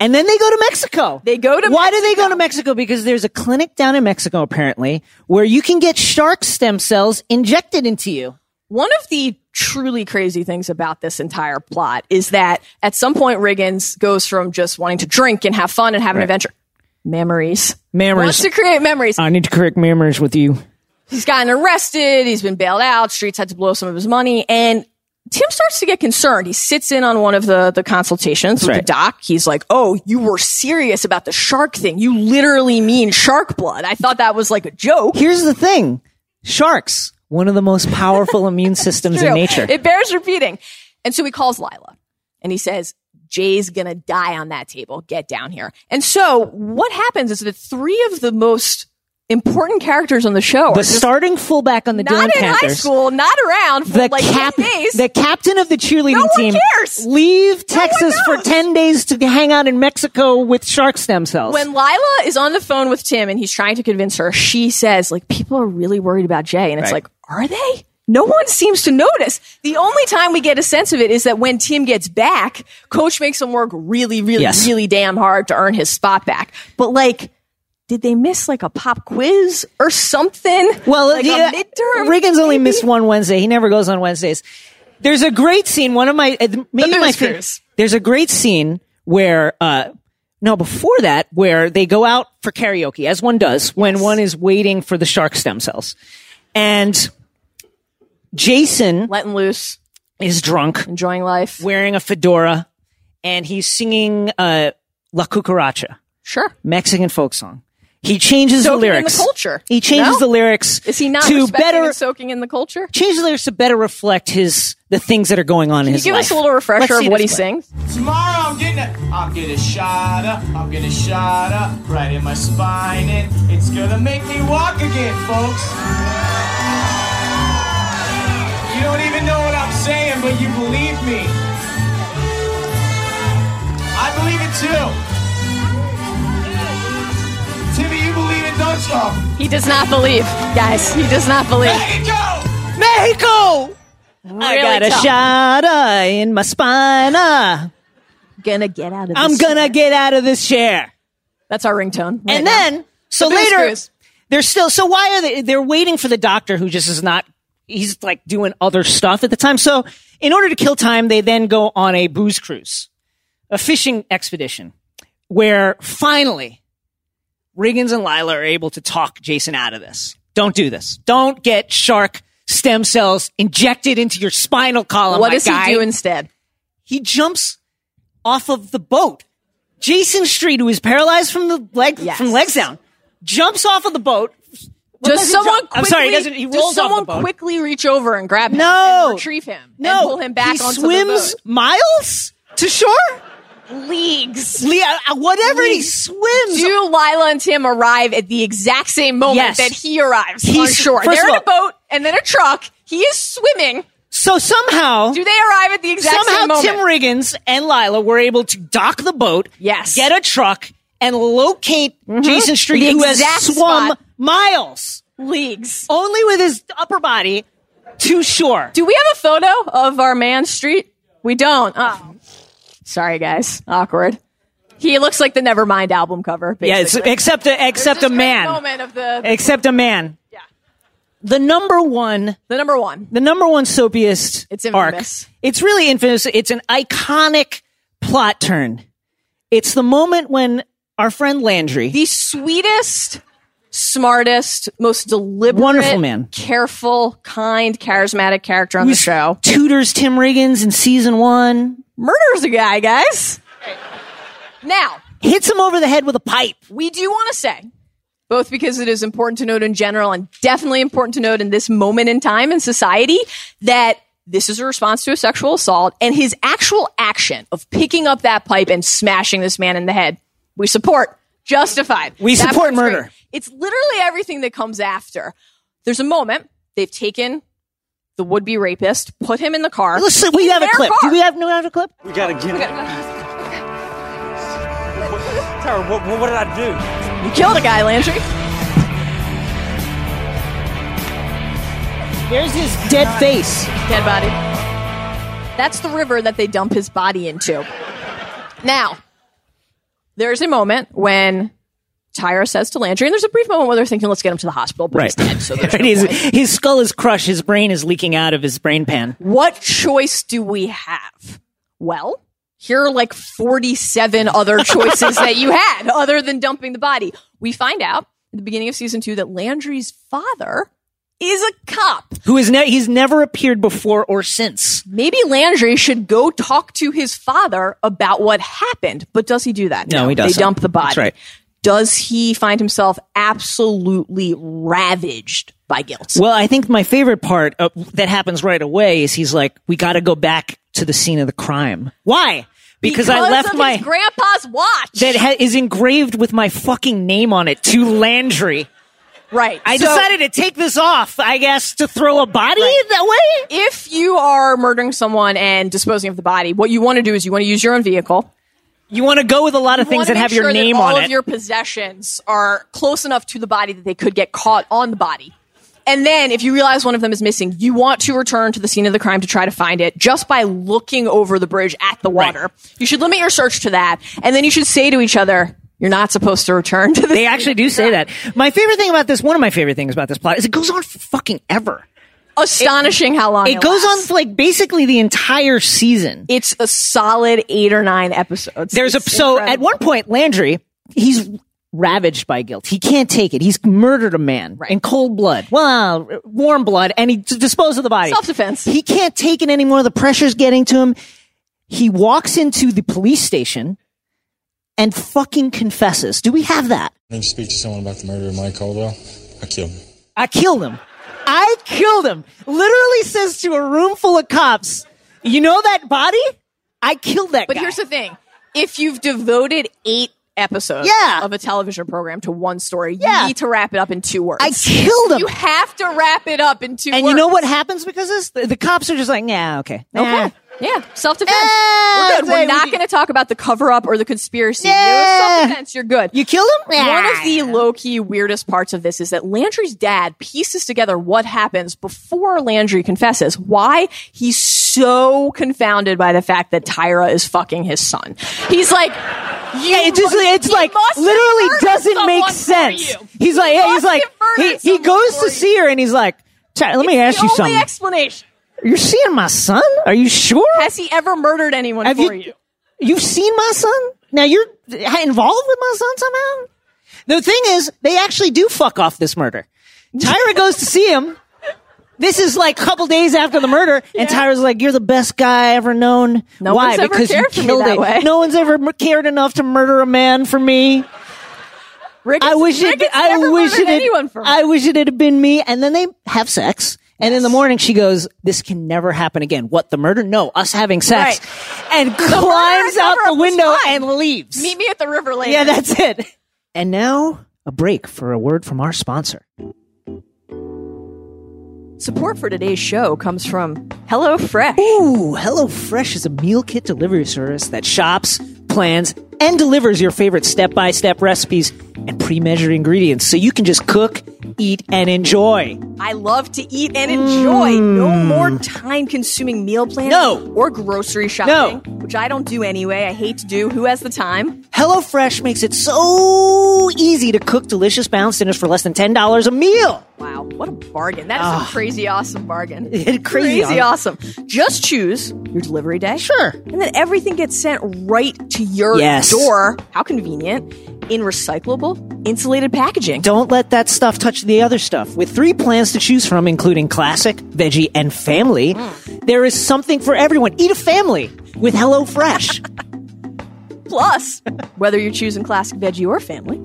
B: And then they go to Mexico.
A: They go to
B: Why do they go to Mexico? Because there's a clinic down in Mexico, apparently, where you can get shark stem cells injected into you.
A: One of the truly crazy things about this entire plot is that at some point Riggins goes from just wanting to drink and have fun and have an adventure. Memories. Wants
B: Memories.
A: to create memories.
B: I need to correct memories with you.
A: He's gotten arrested. He's been bailed out. Streets had to blow some of his money. And Tim starts to get concerned. He sits in on one of the, the consultations with
B: right.
A: the doc. He's like, Oh, you were serious about the shark thing. You literally mean shark blood. I thought that was like a joke.
B: Here's the thing sharks, one of the most powerful immune systems in
A: True.
B: nature.
A: It bears repeating. And so he calls Lila and he says, Jay's going to die on that table. Get down here. And so what happens is that three of the most important characters on the show are
B: the
A: just
B: starting fullback on the
A: not
B: Dillon
A: in
B: Panthers.
A: high school, not around for
B: the
A: like
B: cap,
A: 10 days.
B: the captain of the cheerleading
A: one
B: team,
A: cares.
B: leave Texas for
A: knows.
B: ten days to hang out in Mexico with shark stem cells.
A: when Lila is on the phone with Tim and he's trying to convince her, she says, like, people are really worried about Jay. And it's
B: Right.
A: like, are they? No one seems to notice. The only time we get a sense of it is that when Tim gets back, coach makes him work really, really,
B: Yes.
A: really damn hard to earn his spot back. But like, did they miss like a pop quiz or something?
B: well,
A: like
B: yeah,
A: a midterm.
B: Reagan's only
A: maybe?
B: missed one Wednesday. He never goes on Wednesdays. There's a great scene. One of my uh, maybe
A: news
B: my fa-
A: cruise.
B: There's a great scene where. uh no, before that, where they go out for karaoke, as one does when one is waiting for the shark stem cells. And Jason
A: Letting loose,
B: is drunk.
A: enjoying life.
B: wearing a fedora and he's singing uh, La Cucaracha,
A: sure.
B: Mexican folk song. He changes the
A: Soaking in the
B: lyrics.
A: culture.
B: He changes
A: No?
B: the lyrics
A: Is he not
B: to
A: respecting
B: better
A: and soaking in the culture?
B: change the lyrics to better reflect his the things that are going on in
A: Can you
B: his
A: give
B: life.
A: us a little
B: Let's
A: refresher
B: see
A: of what he
B: this clip.
A: sings?
C: Tomorrow I'm getting a, I'm getting shot up, I'm getting shot up, right in my spine, and it's gonna make me walk again, folks. You don't even know what I'm saying, but you believe me. I believe it too. Timmy, you believe it, don't you?
A: He does not believe, guys. He does not believe.
C: Let it go!
B: Mexico. I got
A: Really
B: a
A: tough.
B: shot uh, in my spine. uh.
A: Gonna get out of.
B: I'm
A: this
B: gonna
A: chair.
B: get out of this chair.
A: That's our ringtone. right
B: and
A: now.
B: then so
A: The booze
B: later
A: cruise.
B: they're still so why are they they're waiting for the doctor who just is not he's like doing other stuff at the time so in order to kill time they then go on a booze cruise a fishing expedition where finally riggins and lila are able to talk jason out of this don't do this don't get shark stem cells injected into your spinal column
A: what
B: oh my
A: does
B: guy
A: he do instead?
B: he jumps off of the boat. Jason Street, who is paralyzed from the leg
A: Yes.
B: from legs down, jumps off of the boat. Well,
A: Does
B: doesn't
A: someone?
B: jump-
A: Quickly,
B: I'm sorry, he doesn't. He rolls
A: does someone
B: off the boat.
A: quickly reach over and grab him?
B: No.
A: and retrieve him.
B: no,
A: and pull him back
B: He
A: onto
B: swims
A: the
B: miles to shore.
A: boat. Leagues.
B: Lee- uh, uh, whatever he swims.
A: Do Lila and Tim arrive at the exact same moment
B: Yes.
A: that he arrives on
B: He's-
A: shore?
B: first
A: They're
B: of
A: in a boat and then a truck. He is swimming.
B: so somehow,
A: Do they arrive at the exact same
B: somehow
A: moment?
B: Tim Riggins and Lila were able to dock the boat.
A: Yes. Mm-hmm.
B: get a truck and locate Jason Street,
A: The
B: who has
A: exact
B: swum
A: spot.
B: miles.
A: Leagues.
B: only with his upper body to shore.
A: Do we have a photo of our man Street? We don't. Oh. Sorry, guys. Awkward. He looks like the Nevermind album cover. Basically.
B: yeah, it's, except a,
A: There's
B: except
A: this
B: a
A: great
B: man.
A: Moment of the,
B: Except a man.
A: yeah.
B: The number one,
A: the number one.
B: the number one soapiest
A: It's
B: arc.
A: infamous.
B: It's really infamous. It's an iconic plot turn. It's the moment when our friend Landry,
A: The sweetest, smartest, most deliberate,
B: Wonderful man.
A: careful, kind, charismatic character on
B: who
A: the show
B: tutors Tim Riggins in season one,
A: murders a guy, guys. Now,
B: hits him over the head with a pipe.
A: we do want to say, both because it is important to note in general and definitely important to note in this moment in time in society, that this is a response to a sexual assault and his actual action of picking up that pipe and smashing this man in the head, we support. Justified.
B: We
A: That
B: support
A: part's great.
B: murder.
A: It's literally everything that comes after. There's a moment they've taken the would-be rapist, put him in the car.
B: Listen, we
A: in
B: have a
A: their
B: clip.
A: car.
B: Do we have no other clip?
D: We gotta get it. What, Tara, what, what did I do?
A: You killed a guy, Landry.
B: There's his dead face.
A: Dead body. That's the river that they dump his body into. Now, there's a moment when Tyra says to Landry, and there's a brief moment where they're thinking, let's get him to the hospital, but he's
B: Right.
A: dead. So there's no
B: his,
A: point.
B: his skull is crushed. His brain is leaking out of his brain pan.
A: what choice do we have? Well, here are like 47 other choices that you had other than dumping the body. We find out at the beginning of season two that Landry's father is a cop.
B: Who is ne- he's never appeared before or since.
A: Maybe Landry should go talk to his father about what happened, but does he do that?
B: No, he doesn't.
A: They dump the body.
B: That's right.
A: Does he find himself absolutely ravaged by guilt?
B: Well, I think my favorite part uh, that happens right away is he's like, "We got to go back to the scene of the crime." Why? Because, I left
A: of
B: my
A: his grandpa's watch.
B: that ha- is engraved with my fucking name on it to Landry.
A: right.
B: I
A: So-
B: decided to take this off, I guess, to throw a body that way.
A: if you are murdering someone and disposing of the body, what you want to do is you want to use your own vehicle.
B: You want to go with a lot of
A: You
B: things
A: wanna
B: that have
A: make
B: your
A: sure
B: name
A: that
B: on
A: all
B: it.
A: of your possessions are close enough to the body that they could get caught on the body. And then if you realize one of them is missing, you want to return to the scene of the crime to try to find it just by looking over the bridge at the water. You should limit your search to that. And then you should say to each other, you're not supposed to return to the
B: they actually do say that. My favorite thing about this, one of my favorite things about this plot, is it goes on for fucking ever.
A: astonishing how long
B: It goes
A: lasts.
B: on for like basically the entire season.
A: It's a solid eight or nine episodes.
B: There's a
A: It's
B: so at
A: incredible.
B: one point Landry, he's ravaged by guilt. He can't take it. He's murdered a man in cold blood. Well, r- warm blood, and he d- disposed of the body.
A: Self-defense.
B: He can't take it anymore. The pressure's getting to him. He walks into the police station and fucking confesses. Do we have that?
E: Did you speak to someone about the murder of Mike Caldwell? I killed him.
B: I killed him. I killed him. Literally says to a room full of cops, "You know that body? I killed that
A: But
B: guy."
A: here's the thing: if you've devoted eight episodes
B: Yeah.
A: of a television program to one story,
B: Yeah.
A: you need to wrap it up in two words.
B: I killed him.
A: You have to wrap it up in two.
B: And
A: words.
B: you know what happens because of this? The, the cops are just like, yeah, okay. Nah.
A: Okay. Yeah, self defense.
B: Yeah,
A: We're good.
B: that's
A: We're
B: it.
A: not going to talk about the cover up or the conspiracy.
B: Yeah.
A: You're self defense. You're good.
B: You killed him?
A: One
B: Nah.
A: of the low key weirdest parts of this is that Landry's dad pieces together what happens before Landry confesses. Why he's so confounded by the fact that Tyra is fucking his son. He's like, you
B: Yeah, it just,
A: mu-
B: it's
A: he
B: like
A: must have
B: literally
A: murdered
B: doesn't
A: someone
B: make
A: for
B: sense.
A: you.
B: He's like,
A: He
B: yeah, he's
A: must
B: like,
A: have murdered
B: he, he
A: someone
B: goes
A: for
B: to
A: you.
B: see her and he's like, "Ty- let me
A: It's
B: ask you
A: the only
B: something.
A: explanation.
B: You're seeing my son? Are you sure?
A: Has he ever murdered anyone
B: Have
A: for
B: you-
A: you?
B: You've seen my son? Now you're involved with my son somehow? The thing is, they actually do fuck off this murder. Tyra goes to see him. This is like a couple days after the murder, and Tyra's like, "You're the best guy I ever known.
A: No
B: Why?
A: one's ever
B: because
A: cared for
B: you
A: me
B: killed
A: that
B: it.
A: way."
B: No one's ever m- cared enough to murder a man for me.
A: Rick
B: I wish it.
A: Ricketts
B: I
A: never
B: wish
A: murdered
B: it. had-
A: anyone for me.
B: I wish it had been me." And then they have sex, and in the morning she goes, "This can never happen again." What the murder? No, us having sex, and climbs out
A: never
B: the
A: was
B: window
A: fine.
B: and leaves.
A: Meet me at the river later.
B: Yeah, that's it. And now a break for a word from our sponsor.
A: Support for today's show comes from HelloFresh.
B: Ooh, HelloFresh is a meal kit delivery service that shops, plans, and delivers your favorite step by step recipes and pre measured ingredients so you can just cook, eat, and enjoy.
A: I love to eat and enjoy. No more time consuming meal planning
B: Mm. No.
A: or grocery shopping, which I don't do anyway. I hate to do. Who has the time?
B: HelloFresh makes it so easy to cook delicious balanced dinners for less than $10 a meal.
A: Wow, what a bargain. That is a crazy awesome bargain.
B: Ah. Crazy
A: awesome. Just choose your delivery day.
B: Sure.
A: And then everything gets sent right to your
B: Yes.
A: door. How convenient. In recyclable, insulated packaging.
B: Don't let that stuff touch the other stuff. With three plans to choose from, including classic, veggie, and family, there is something for everyone. Eat a family with HelloFresh.
A: Plus, whether you're choosing classic veggie or family,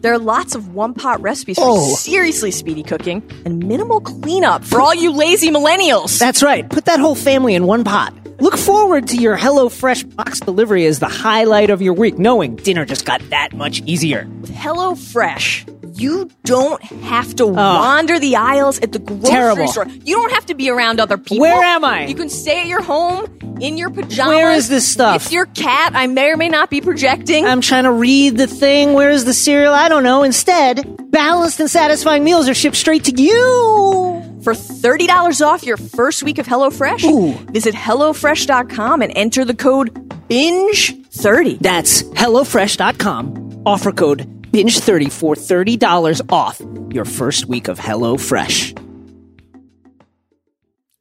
A: there are lots of one pot recipes for
B: Oh.
A: seriously speedy cooking and minimal cleanup for all you lazy millennials.
B: That's right. Put that whole family in one pot. Look forward to your HelloFresh box delivery as the highlight of your week, knowing dinner just got that much easier.
A: HelloFresh, You don't have to wander the aisles at the grocery
B: Terrible.
A: store. You don't have to be around other people.
B: Where am I?
A: You can stay at your home in your pajamas.
B: Where is this stuff?
A: With your cat. I may or may not be projecting.
B: I'm trying to read the thing. Where is the cereal? I don't know. Instead, balanced and satisfying meals are shipped straight to you.
A: For $30 off your first week of HelloFresh,
B: Ooh.
A: visit HelloFresh.com and enter the code BINGE30.
B: That's HelloFresh.com. Offer code BINGE30 for $30 off your first week of HelloFresh.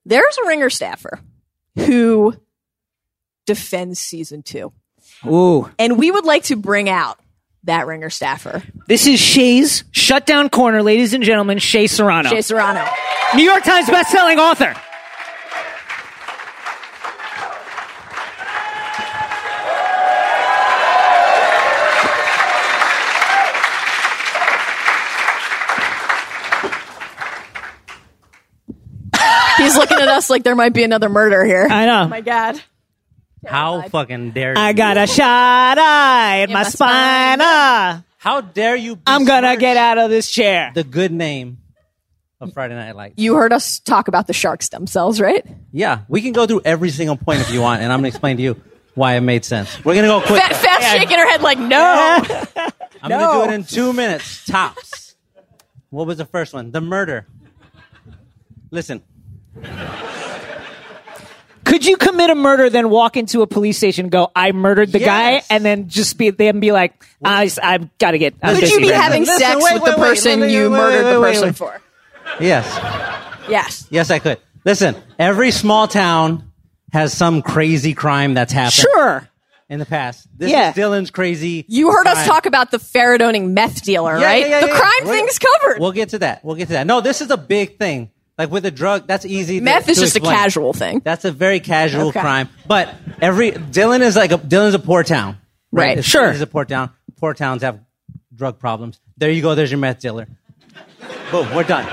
A: There's a ringer staffer who defends season two.
B: Ooh.
A: And we would like to bring out that ringer staffer,
B: This is Shay's Shutdown Corner, ladies and gentlemen. Shay Serrano.
A: Jay Serrano.
B: New York Times bestselling author.
A: He's looking at us like there might be another murder here.
B: I
D: Oh
B: know.
A: my God.
D: How fucking dare you?
B: I got a shot eye in my
A: my
B: spine.
A: spine.
B: ah.
D: How dare you?
B: I'm gonna
D: besmirch
B: get out of this chair.
D: the good name of Friday Night Lights.
A: You heard us talk about the sharks themselves, right?
D: Yeah, we can go through every single point if you want, and I'm gonna explain to you why it made sense. We're gonna go quick.
A: Fat, fat shaking her head like, no.
D: I'm gonna do it in two minutes tops. what was the first one? The murder. Listen,
B: Could you commit a murder, then walk into a police station, go, "I murdered the
D: Yes.
B: guy," and then just be then be like, "I, I gotta get." I'm
A: Could
B: busy
A: you be
B: right now.
A: having
D: Listen,
A: sex
D: wait,
A: with
D: wait,
A: the
D: wait,
A: person
D: wait,
A: you
D: wait,
A: murdered
D: wait,
A: the
D: wait,
A: person
D: wait.
A: for?
D: yes.
A: Yes.
D: Yes, I could. Listen, every small town has some crazy crime that's happened
B: Sure.
D: in the past. This
B: Yeah.
D: is Dylan's crazy.
A: You heard us
D: crime.
A: talk about the Faradoning meth dealer,
D: Yeah,
A: right?
D: yeah, yeah,
A: the
D: yeah.
A: crime
D: We're-
A: thing's covered.
D: We'll get to that. We'll get to that. No, this is a big thing. Like with a drug, that's easy. to-
A: Meth is
D: to
A: just a
D: explain.
A: casual thing.
D: That's a very casual
A: Okay.
D: crime. But every Dylan is like a Dylan's a poor town.
A: Right.
D: It's-
B: Sure.
D: It's a poor town. Poor towns have drug problems. There you go. There's your meth dealer. Boom. We're done.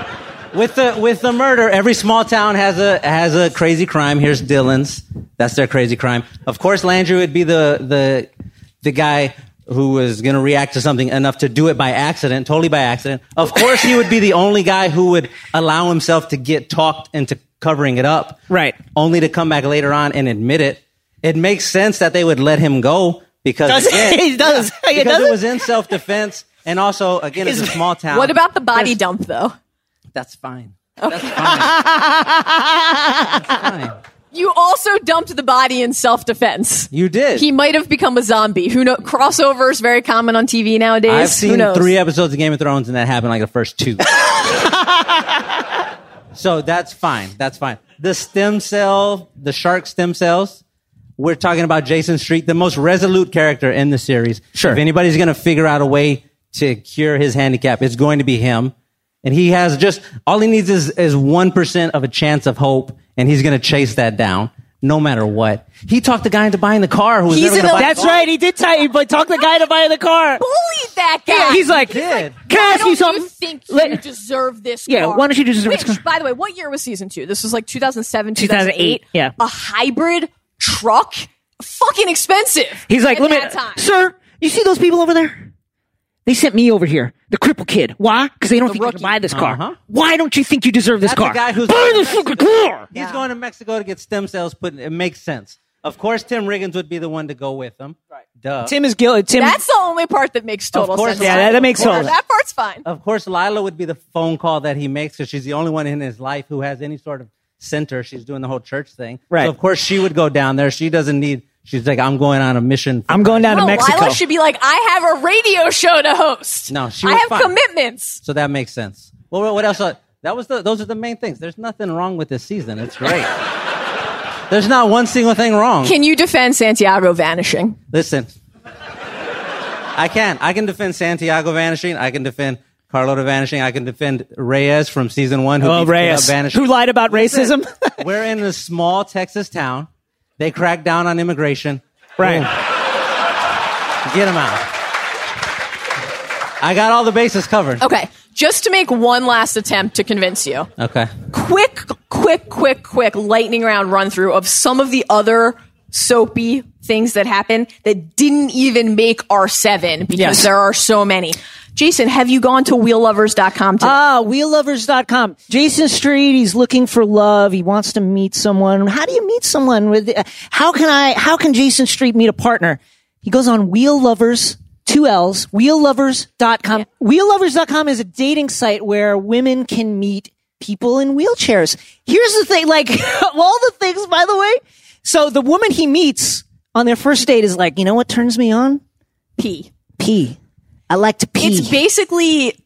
D: With the with the murder, every small town has a has a crazy crime. Here's Dylan's. That's their crazy crime. Of course, Landry would be the the the guy who was going to react to something enough to do it by accident, totally by accident. Of course, he would be the only guy who would allow himself to get talked into covering it up.
B: Right.
D: Only to come back later on and admit it. It makes sense that they would let him go because
B: Does it?
D: again-
B: It does.
D: Yeah,
B: It
D: because
B: doesn't?
D: it was in self defense. And also, again, it's a small town.
A: what about the body dump, though?
D: That's fine. That's fine. That's fine.
A: You also dumped the body in self defense.
D: You did.
A: He might have become a zombie. Who know? Crossover is very common on TV nowadays.
D: I've
A: Who
D: seen
A: knows?
D: three episodes of Game of Thrones, and that happened like the first two. so that's fine. That's fine. The stem cell, the shark stem cells. We're talking about Jason Street, the most resolute character in the series.
B: Sure.
D: If anybody's going to figure out a way to cure his handicap, it's going to be him. And he has just all he needs is is one percent of a chance of hope, and he's going to chase that down no matter what. He talked the guy into buying the car. Who was
A: He's
D: never
A: an
D: gonna buy the
B: That's
D: car.
B: right. He did tie. He talked the guy to buy the car.
A: Bullied that guy.
B: He's like,
D: He did.
B: can I
A: Why
B: ask
A: don't
B: you something?
A: you think
B: Let-
A: you deserve this?
B: Yeah,
A: car?
B: why don't you deserve
A: Which,
B: this car?
A: By the way, what year was season two? This was like 2007,
B: 2008,
A: 2008.
B: yeah.
A: a hybrid truck, fucking expensive.
B: He's like,
A: at
B: let me,
A: that time.
B: sir. You see those people over there? They sent me over here, the cripple kid. Why? Because they don't think you
A: rookie.
B: can buy this car.
D: Uh-huh.
B: Why don't you think you deserve this
D: That's the
B: car?
D: guy who's-
B: buy this fucking car.
D: He's going to Mexico to get stem cells put. in. It makes sense. Of course, Tim Riggins would be the one to go with him. Right. Duh.
B: Tim is guilty. Tim.
A: That's the only part that makes total
D: course.
A: sense.
D: Yeah, that-
B: that makes
A: Of course.
B: total-
A: That part's fine.
D: of course, Lila would be the phone call that he makes because she's the only one in his life who has any sort of center. She's doing the whole church thing.
B: Right.
D: So of course, she would go down there. She doesn't need. She's like, I'm going on a mission.
B: I'm going down
A: No,
B: to Mexico.
A: Lila should be Oh, like, I have a radio show to host.
D: No, she
A: I
D: was
A: have
D: fine.
A: commitments.
D: so that makes sense. Well, what- what else? uh, That was the. Those are the main things. There's nothing wrong with this season. It's great. There's not one single thing wrong.
A: Can you defend Santiago vanishing?
D: Listen, I can. I can defend Santiago Vanishing. I can defend Carlota Vanishing. I can defend Reyes from season one. Who
B: Oh,
D: beat Kid
B: Reyes.
D: Up Vanishing.
B: Who lied about racism?
D: We're in a small Texas town. They crack down on immigration.
B: Right.
D: Boom. Get them out. I got all the bases covered.
A: Okay, just to make one last attempt to convince you.
D: Okay.
A: quick, quick, quick, quick lightning round run through of some of the other soapy things that happen that didn't even make our seven because
B: Yes.
A: there are so many. Jason, have you gone to wheellovers.com today?
D: Uh,
B: Ah, wheellovers.com. Jason Street, he's looking for love. He wants to meet someone. How do you meet someone with uh, how can I how can Jason Street meet a partner? He goes on Wheel Lovers, two L's, wheellovers.com. Wheellovers.com is a dating site where women can meet people in wheelchairs. Here's the thing, like of all the things by the way. So the woman he meets on their first date is like, "You know what turns me on?
A: P.
B: Pee. I like to pee."
A: It's basically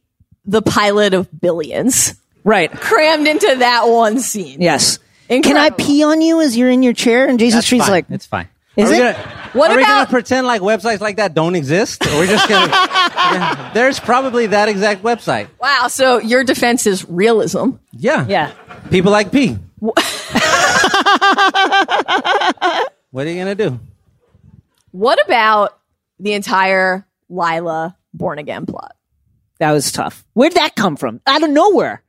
A: the pilot of Billions
B: right.
A: crammed into that one scene.
B: Yes. Can I
A: Incredible.
B: pee on you as you're in your chair? And Jason
D: That's
B: Street's
D: fine.
B: like,
D: it's fine.
B: Is
D: are
B: it?
D: We gonna,
A: What
D: are we gonna
A: about-
D: pretend like websites like that don't exist? Or we're just gonna. Yeah. there's probably that exact website.
A: Wow. So your defense is realism.
D: Yeah.
B: yeah.
D: People like pee. what are you gonna do?
A: What about the entire Lila born again plot?
B: That was tough. Where'd that come from? Out of nowhere.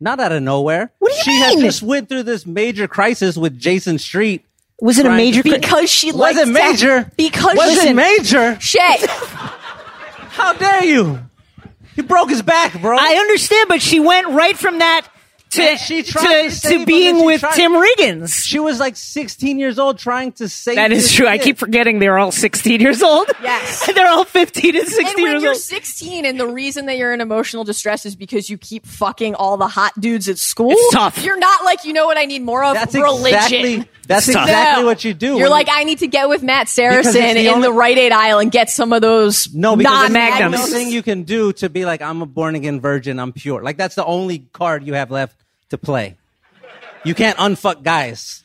D: Not out of nowhere.
B: What do you
D: she She had
B: mean?
D: just went through this major crisis with Jason Street.
B: Was it a
D: Trying to
B: major?
D: be-
B: cri-
A: Because she
D: Was
A: likes
D: it
A: to-
D: major?
A: because
D: was
A: listen,
D: it major?
A: Shay,
D: How dare you? He broke his back, bro.
B: I understand, but she went right from that to
D: And she tried
B: to,
D: to
B: to,
D: save him, and
B: being
D: she
B: with
D: tried-
B: Tim Riggins.
D: she was like 16 years old trying to save.
B: That is
D: this
B: true. I
D: kid.
B: keep forgetting they're all 16 years old.
A: Yes.
B: they're all 15 and 16
A: and when
B: years
A: you're
B: old.
A: 16 and the reason that you're in emotional distress is because you keep fucking all the hot dudes at school,
B: It's tough.
A: you're not like, you know what I need more of?
D: That's
A: Religion.
D: exactly. That's
B: tough.
D: exactly
A: No.
D: what you do.
A: You're
D: when
A: like,
D: you-
A: I need to get with Matt
D: it's
A: Saracen
D: the
A: in
D: only-
A: the Rite Aid aisle and get some of those
D: No, because it's the
A: non-magnums.
D: only thing you can do to be like, I'm a born again virgin, I'm pure. Like that's the only card you have left to play. You can't unfuck guys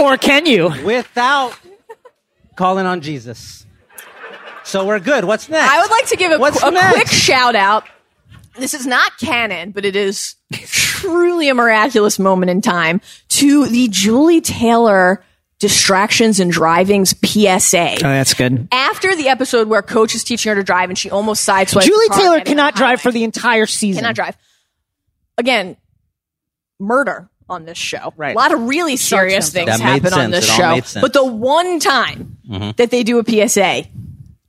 B: Or can you?
D: without calling on Jesus. So we're good. What's next?
A: I would like to give a,
D: What's
A: qu- a
D: next?
A: quick shout out. This is not canon, but it is truly a miraculous moment in time to the Julie Taylor distractions and drivings PSA.
B: that's good.
A: After the episode where Coach is teaching her to drive and she almost sideswipes,
B: Julie
A: the car
B: Taylor
A: and getting
B: cannot
A: on the highway.
B: drive for the entire season.
D: Hmm.
A: cannot drive. Again, murder on this show.
B: Right.
A: A lot of really serious
B: something.
A: things
D: That made
A: happen on this
D: sense. It all
A: show.
D: made sense. Mm-hmm.
A: But the one time that they do a PSA,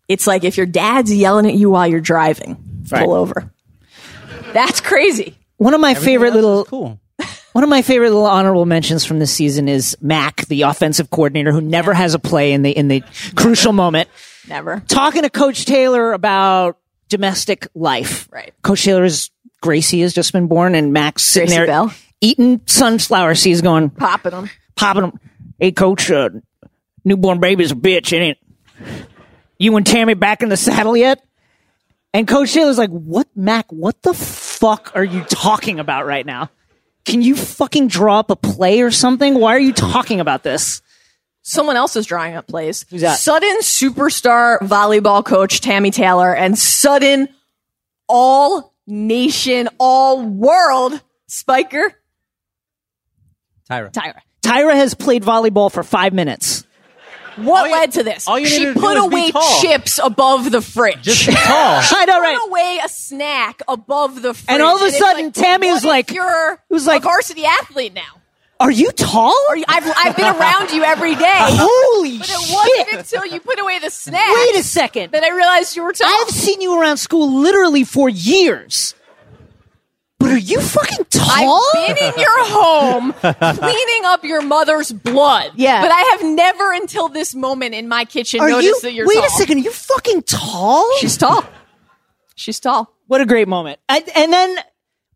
A: it's like if your dad's yelling at you while you're driving,
B: Right.
A: pull over. That's crazy.
B: One of my favorite
D: Everything
B: little
D: else is cool.
B: One of my favorite little honorable mentions from this season is Mac, the offensive coordinator who never has a play in the in the crucial moment.
A: Never.
B: Talking to Coach Taylor about domestic life.
A: Right.
B: Coach Taylor is Gracie has just been born, and Mac's sitting
A: Gracie
B: there
A: Bell.
B: eating sunflower seeds, going
A: Popping them.
B: popping them. Hey, Coach, uh, newborn baby's a bitch, ain't it? You and Tammy back in the saddle yet? And Coach Taylor's like, what, Mac, what the fuck are you talking about right now? Can you fucking draw up a play or something? Why are you talking about this?
A: Someone else is drawing up plays.
B: that?
A: Sudden superstar volleyball coach Tammy Taylor and sudden all nation, all world Spiker
D: Tyra.
A: Tyra.
B: Tyra has played volleyball for five minutes.
A: What
D: All you-
A: led to this?
D: all you
A: she
D: needed to
A: put
D: do is be
A: away
D: tall.
A: chips above the fridge.
D: Just
A: she
D: be tall.
B: I know, right?
A: put away a snack above the fridge.
B: And all of a
A: it's
B: sudden,
A: like,
B: Tammy
A: what
B: was
A: if
B: like-
A: "You're
B: was like-
A: a varsity athlete now.
B: Are you tall? Are you-
A: I've I've been around you every day."
B: Holy
A: But it wasn't
B: Oh, shit!
A: until you put away the snack
B: Wait a second.
A: that I realized you were tall.
B: I've seen you around school literally for years. But are you fucking
A: I've
B: tall?
A: been in your home cleaning up your mother's blood.
B: Yeah.
A: But I have never until this moment in my kitchen
B: Are
A: noticed
B: you?
A: that you're
B: wait
A: tall.
B: a second. Are you fucking tall?
A: She's tall. She's tall.
B: what a great moment. And, and then,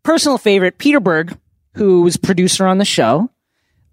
B: personal favorite, Peter Berg, who was producer on the show,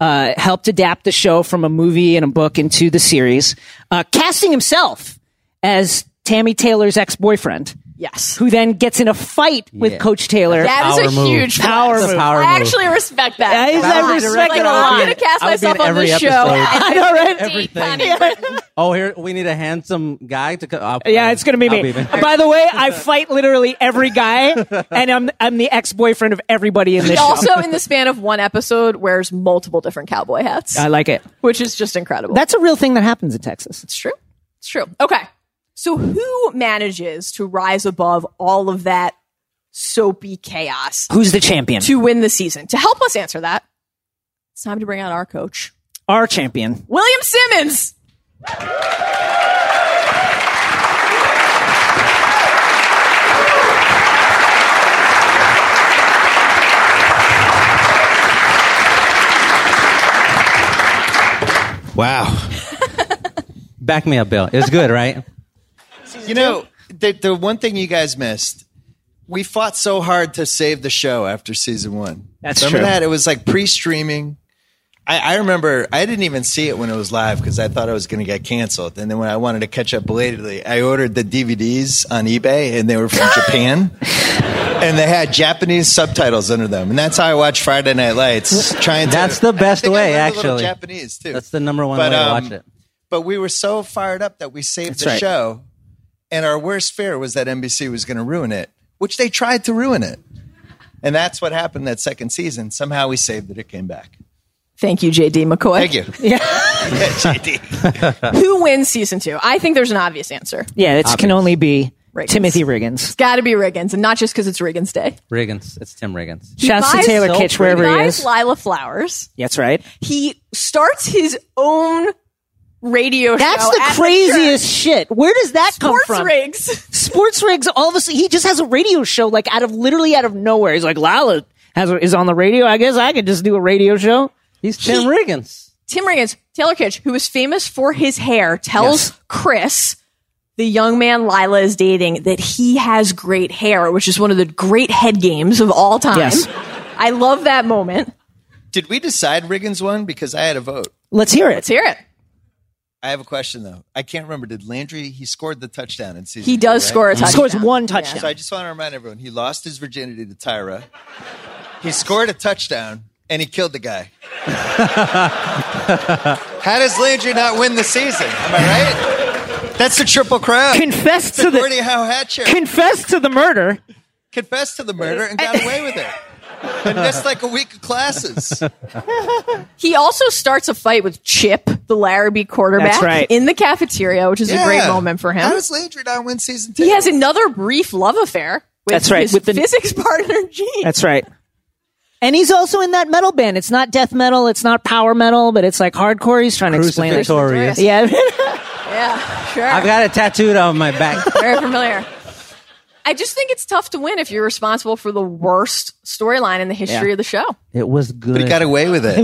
B: uh, helped adapt the show from a movie and a book into the series, uh, casting himself as Tammy Taylor's ex boyfriend,
A: Yes.
B: who then gets in a fight with
D: Yeah.
B: Coach Taylor.
A: That is
D: Power
A: a
D: move.
A: huge
B: Power
A: flex.
B: move.
D: Power
A: I
D: move.
A: actually respect that.
B: I- I
A: Wow.
B: respect
A: like,
B: it a
A: oh, I'm
B: lot.
A: going to cast
D: I would be in
A: myself on
D: every
A: this show.
D: episode.
A: and
B: I know, right?
A: date
D: Everything.
A: Connie
D: Yeah.
A: Britton.
D: Oh, here we need a handsome guy to. Co- I'll-
B: Yeah, it's gonna be
D: I'll
B: me.
D: there.
B: By the way, I fight literally every guy, and I'm I'm the ex boyfriend of everybody in
A: He
B: this show.
A: also, in the span of one episode, wears multiple different cowboy hats,
B: I like it.
A: which is just incredible.
B: That's a real thing that happens in Texas.
A: It's true. It's true. Okay. So who manages to rise above all of that soapy chaos
B: Who's the champion?
A: to win the season? To help us answer that, it's time to bring out our coach,
B: Our champion.
A: William Simmons.
F: Wow.
D: Back me up, Bill. It's good, right?
G: You know, the, the one thing you guys missed, we fought so hard to save the show after season one.
B: That's
G: remember
B: true.
G: that it was like pre-streaming. I, I remember I didn't even see it when it was live because I thought it was going to get canceled. And then when I wanted to catch up belatedly, I ordered the DVDs on eBay, and they were from Japan, and they had Japanese subtitles under them. And that's how I watched Friday Night Lights. Trying to,
D: That's the
G: I
D: best
G: think I
D: way,
G: learned a little
D: actually.
G: Japanese too.
D: That's the number one
G: But,
D: way
G: um,
D: to watch it.
G: But we were so fired up that we saved the
B: right.
G: show. And our worst fear was that NBC was going to ruin it, which they tried to ruin it. And that's what happened that second season. Somehow we saved it. It came back.
A: Thank you, JD McCoy.
G: Thank you. Yeah. JD.
A: Who wins season two? I think there's an obvious answer.
B: Yeah, it can only be
A: Riggins.
B: Timothy Riggins.
A: Got to be Riggins, and not just because it's Riggins Day.
D: Riggins. It's Tim Riggins.
B: Shouts to
A: buys-
B: Taylor
A: so
B: Kitsch wherever he
A: buys
B: is.
A: Lila Flowers.
B: That's right.
A: He starts his own radio
B: That's
A: show.
B: the
A: at
B: craziest shit. Where does that come
A: church. sports
B: from?
A: rigs.
B: Sports rigs. All of a sudden, he just has a radio show, like out of literally out of nowhere. He's like, Lala has is on the radio. I guess I could just do a radio show.
D: He's Tim Riggins.
A: Tim Riggins, Taylor Kitsch, who is famous for his hair, tells Chris, the young man Lila is dating, that he has great hair, which is one of the great head games of all time.
B: Yes.
A: I love that moment.
G: Did we decide Riggins won? Because I had a vote.
B: Let's hear it.
A: Let's hear it.
G: I have a question, though. I can't remember. Did Landry, he scored the touchdown in season
A: He does
G: two,
A: score
G: right?
A: a touchdown.
B: Scores one touchdown.
G: So I just want to remind everyone he lost his virginity to Tyra. He scored a touchdown and he killed the guy. How does Landry not win the season? Am I right? That's the triple crown.
B: Confess
G: It's
B: to
G: a
B: the-
G: Gordie Howe hat trick.
B: Confess to the murder.
G: Confessed to the murder and got away with it. And missed like a week of classes.
A: He also starts a fight with Chip, the Larrabee quarterback,
B: That's right.
A: in the cafeteria, which is a great
G: Yeah.
A: moment for him.
G: How does Landry not win season two?
A: He has another brief love affair with
B: That's right,
A: his
B: with the-
A: physics partner, Gene.
B: That's right. And he's also in that metal band. It's not death metal. It's not power metal, but it's like hardcore. He's trying to explain it.
D: Crucifixious.
B: Yeah.
A: Yeah, sure.
D: I've got it tattooed on my back.
A: Very familiar. I just think it's tough to win if you're responsible for the worst storyline in the history
B: Yeah.
A: of the show.
D: It was good.
G: But he got away with it.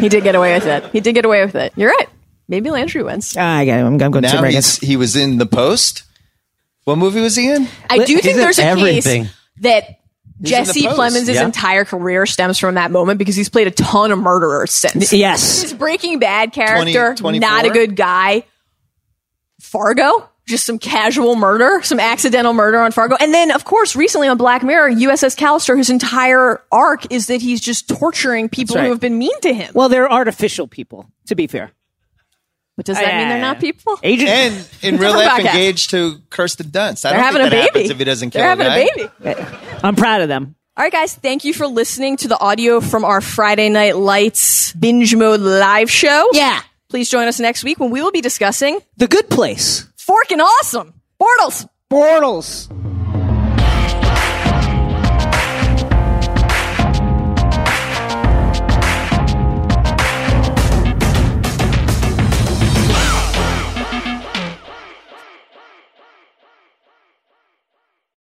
A: He did get away with it. He did get away with it. You're right. Maybe Landry wins.
B: I got it. I'm, I'm going to
G: Now
B: Riggins.
G: he's, he was in The Post. What movie was he in?
A: I do
D: He's
A: think
D: in
A: there's a
D: everything.
A: case that
G: in the
A: Jesse
G: post,
A: Plemons'
D: yeah.
A: entire career stems from that moment because he's played a ton of murderers since.
B: Yes.
A: His Breaking Bad character,
G: 20 24?
A: not a good guy. Fargo, just some casual murder, some accidental murder on Fargo. And then, of course, recently on Black Mirror, USS Callister, whose entire arc is that he's just torturing people
B: right.
A: who have been mean to him.
B: Well, they're artificial people, to be fair.
A: but does that mean they're not people?
B: Agent.
G: And in real life,
A: Different podcast.
G: engaged to Kirsten Dunst. I
A: They're
G: don't
A: having a
G: think that
A: baby.
G: happens if he doesn't kill
A: They're having
G: a,
A: a,
G: guy.
A: baby.
B: I'm proud of them.
A: All right, guys, thank you for listening to the audio from our Friday Night Lights binge mode live show.
B: Yeah.
A: Please join us next week when we will be discussing
B: The good place.
A: Fork and Awesome Bortles.
B: Bortles.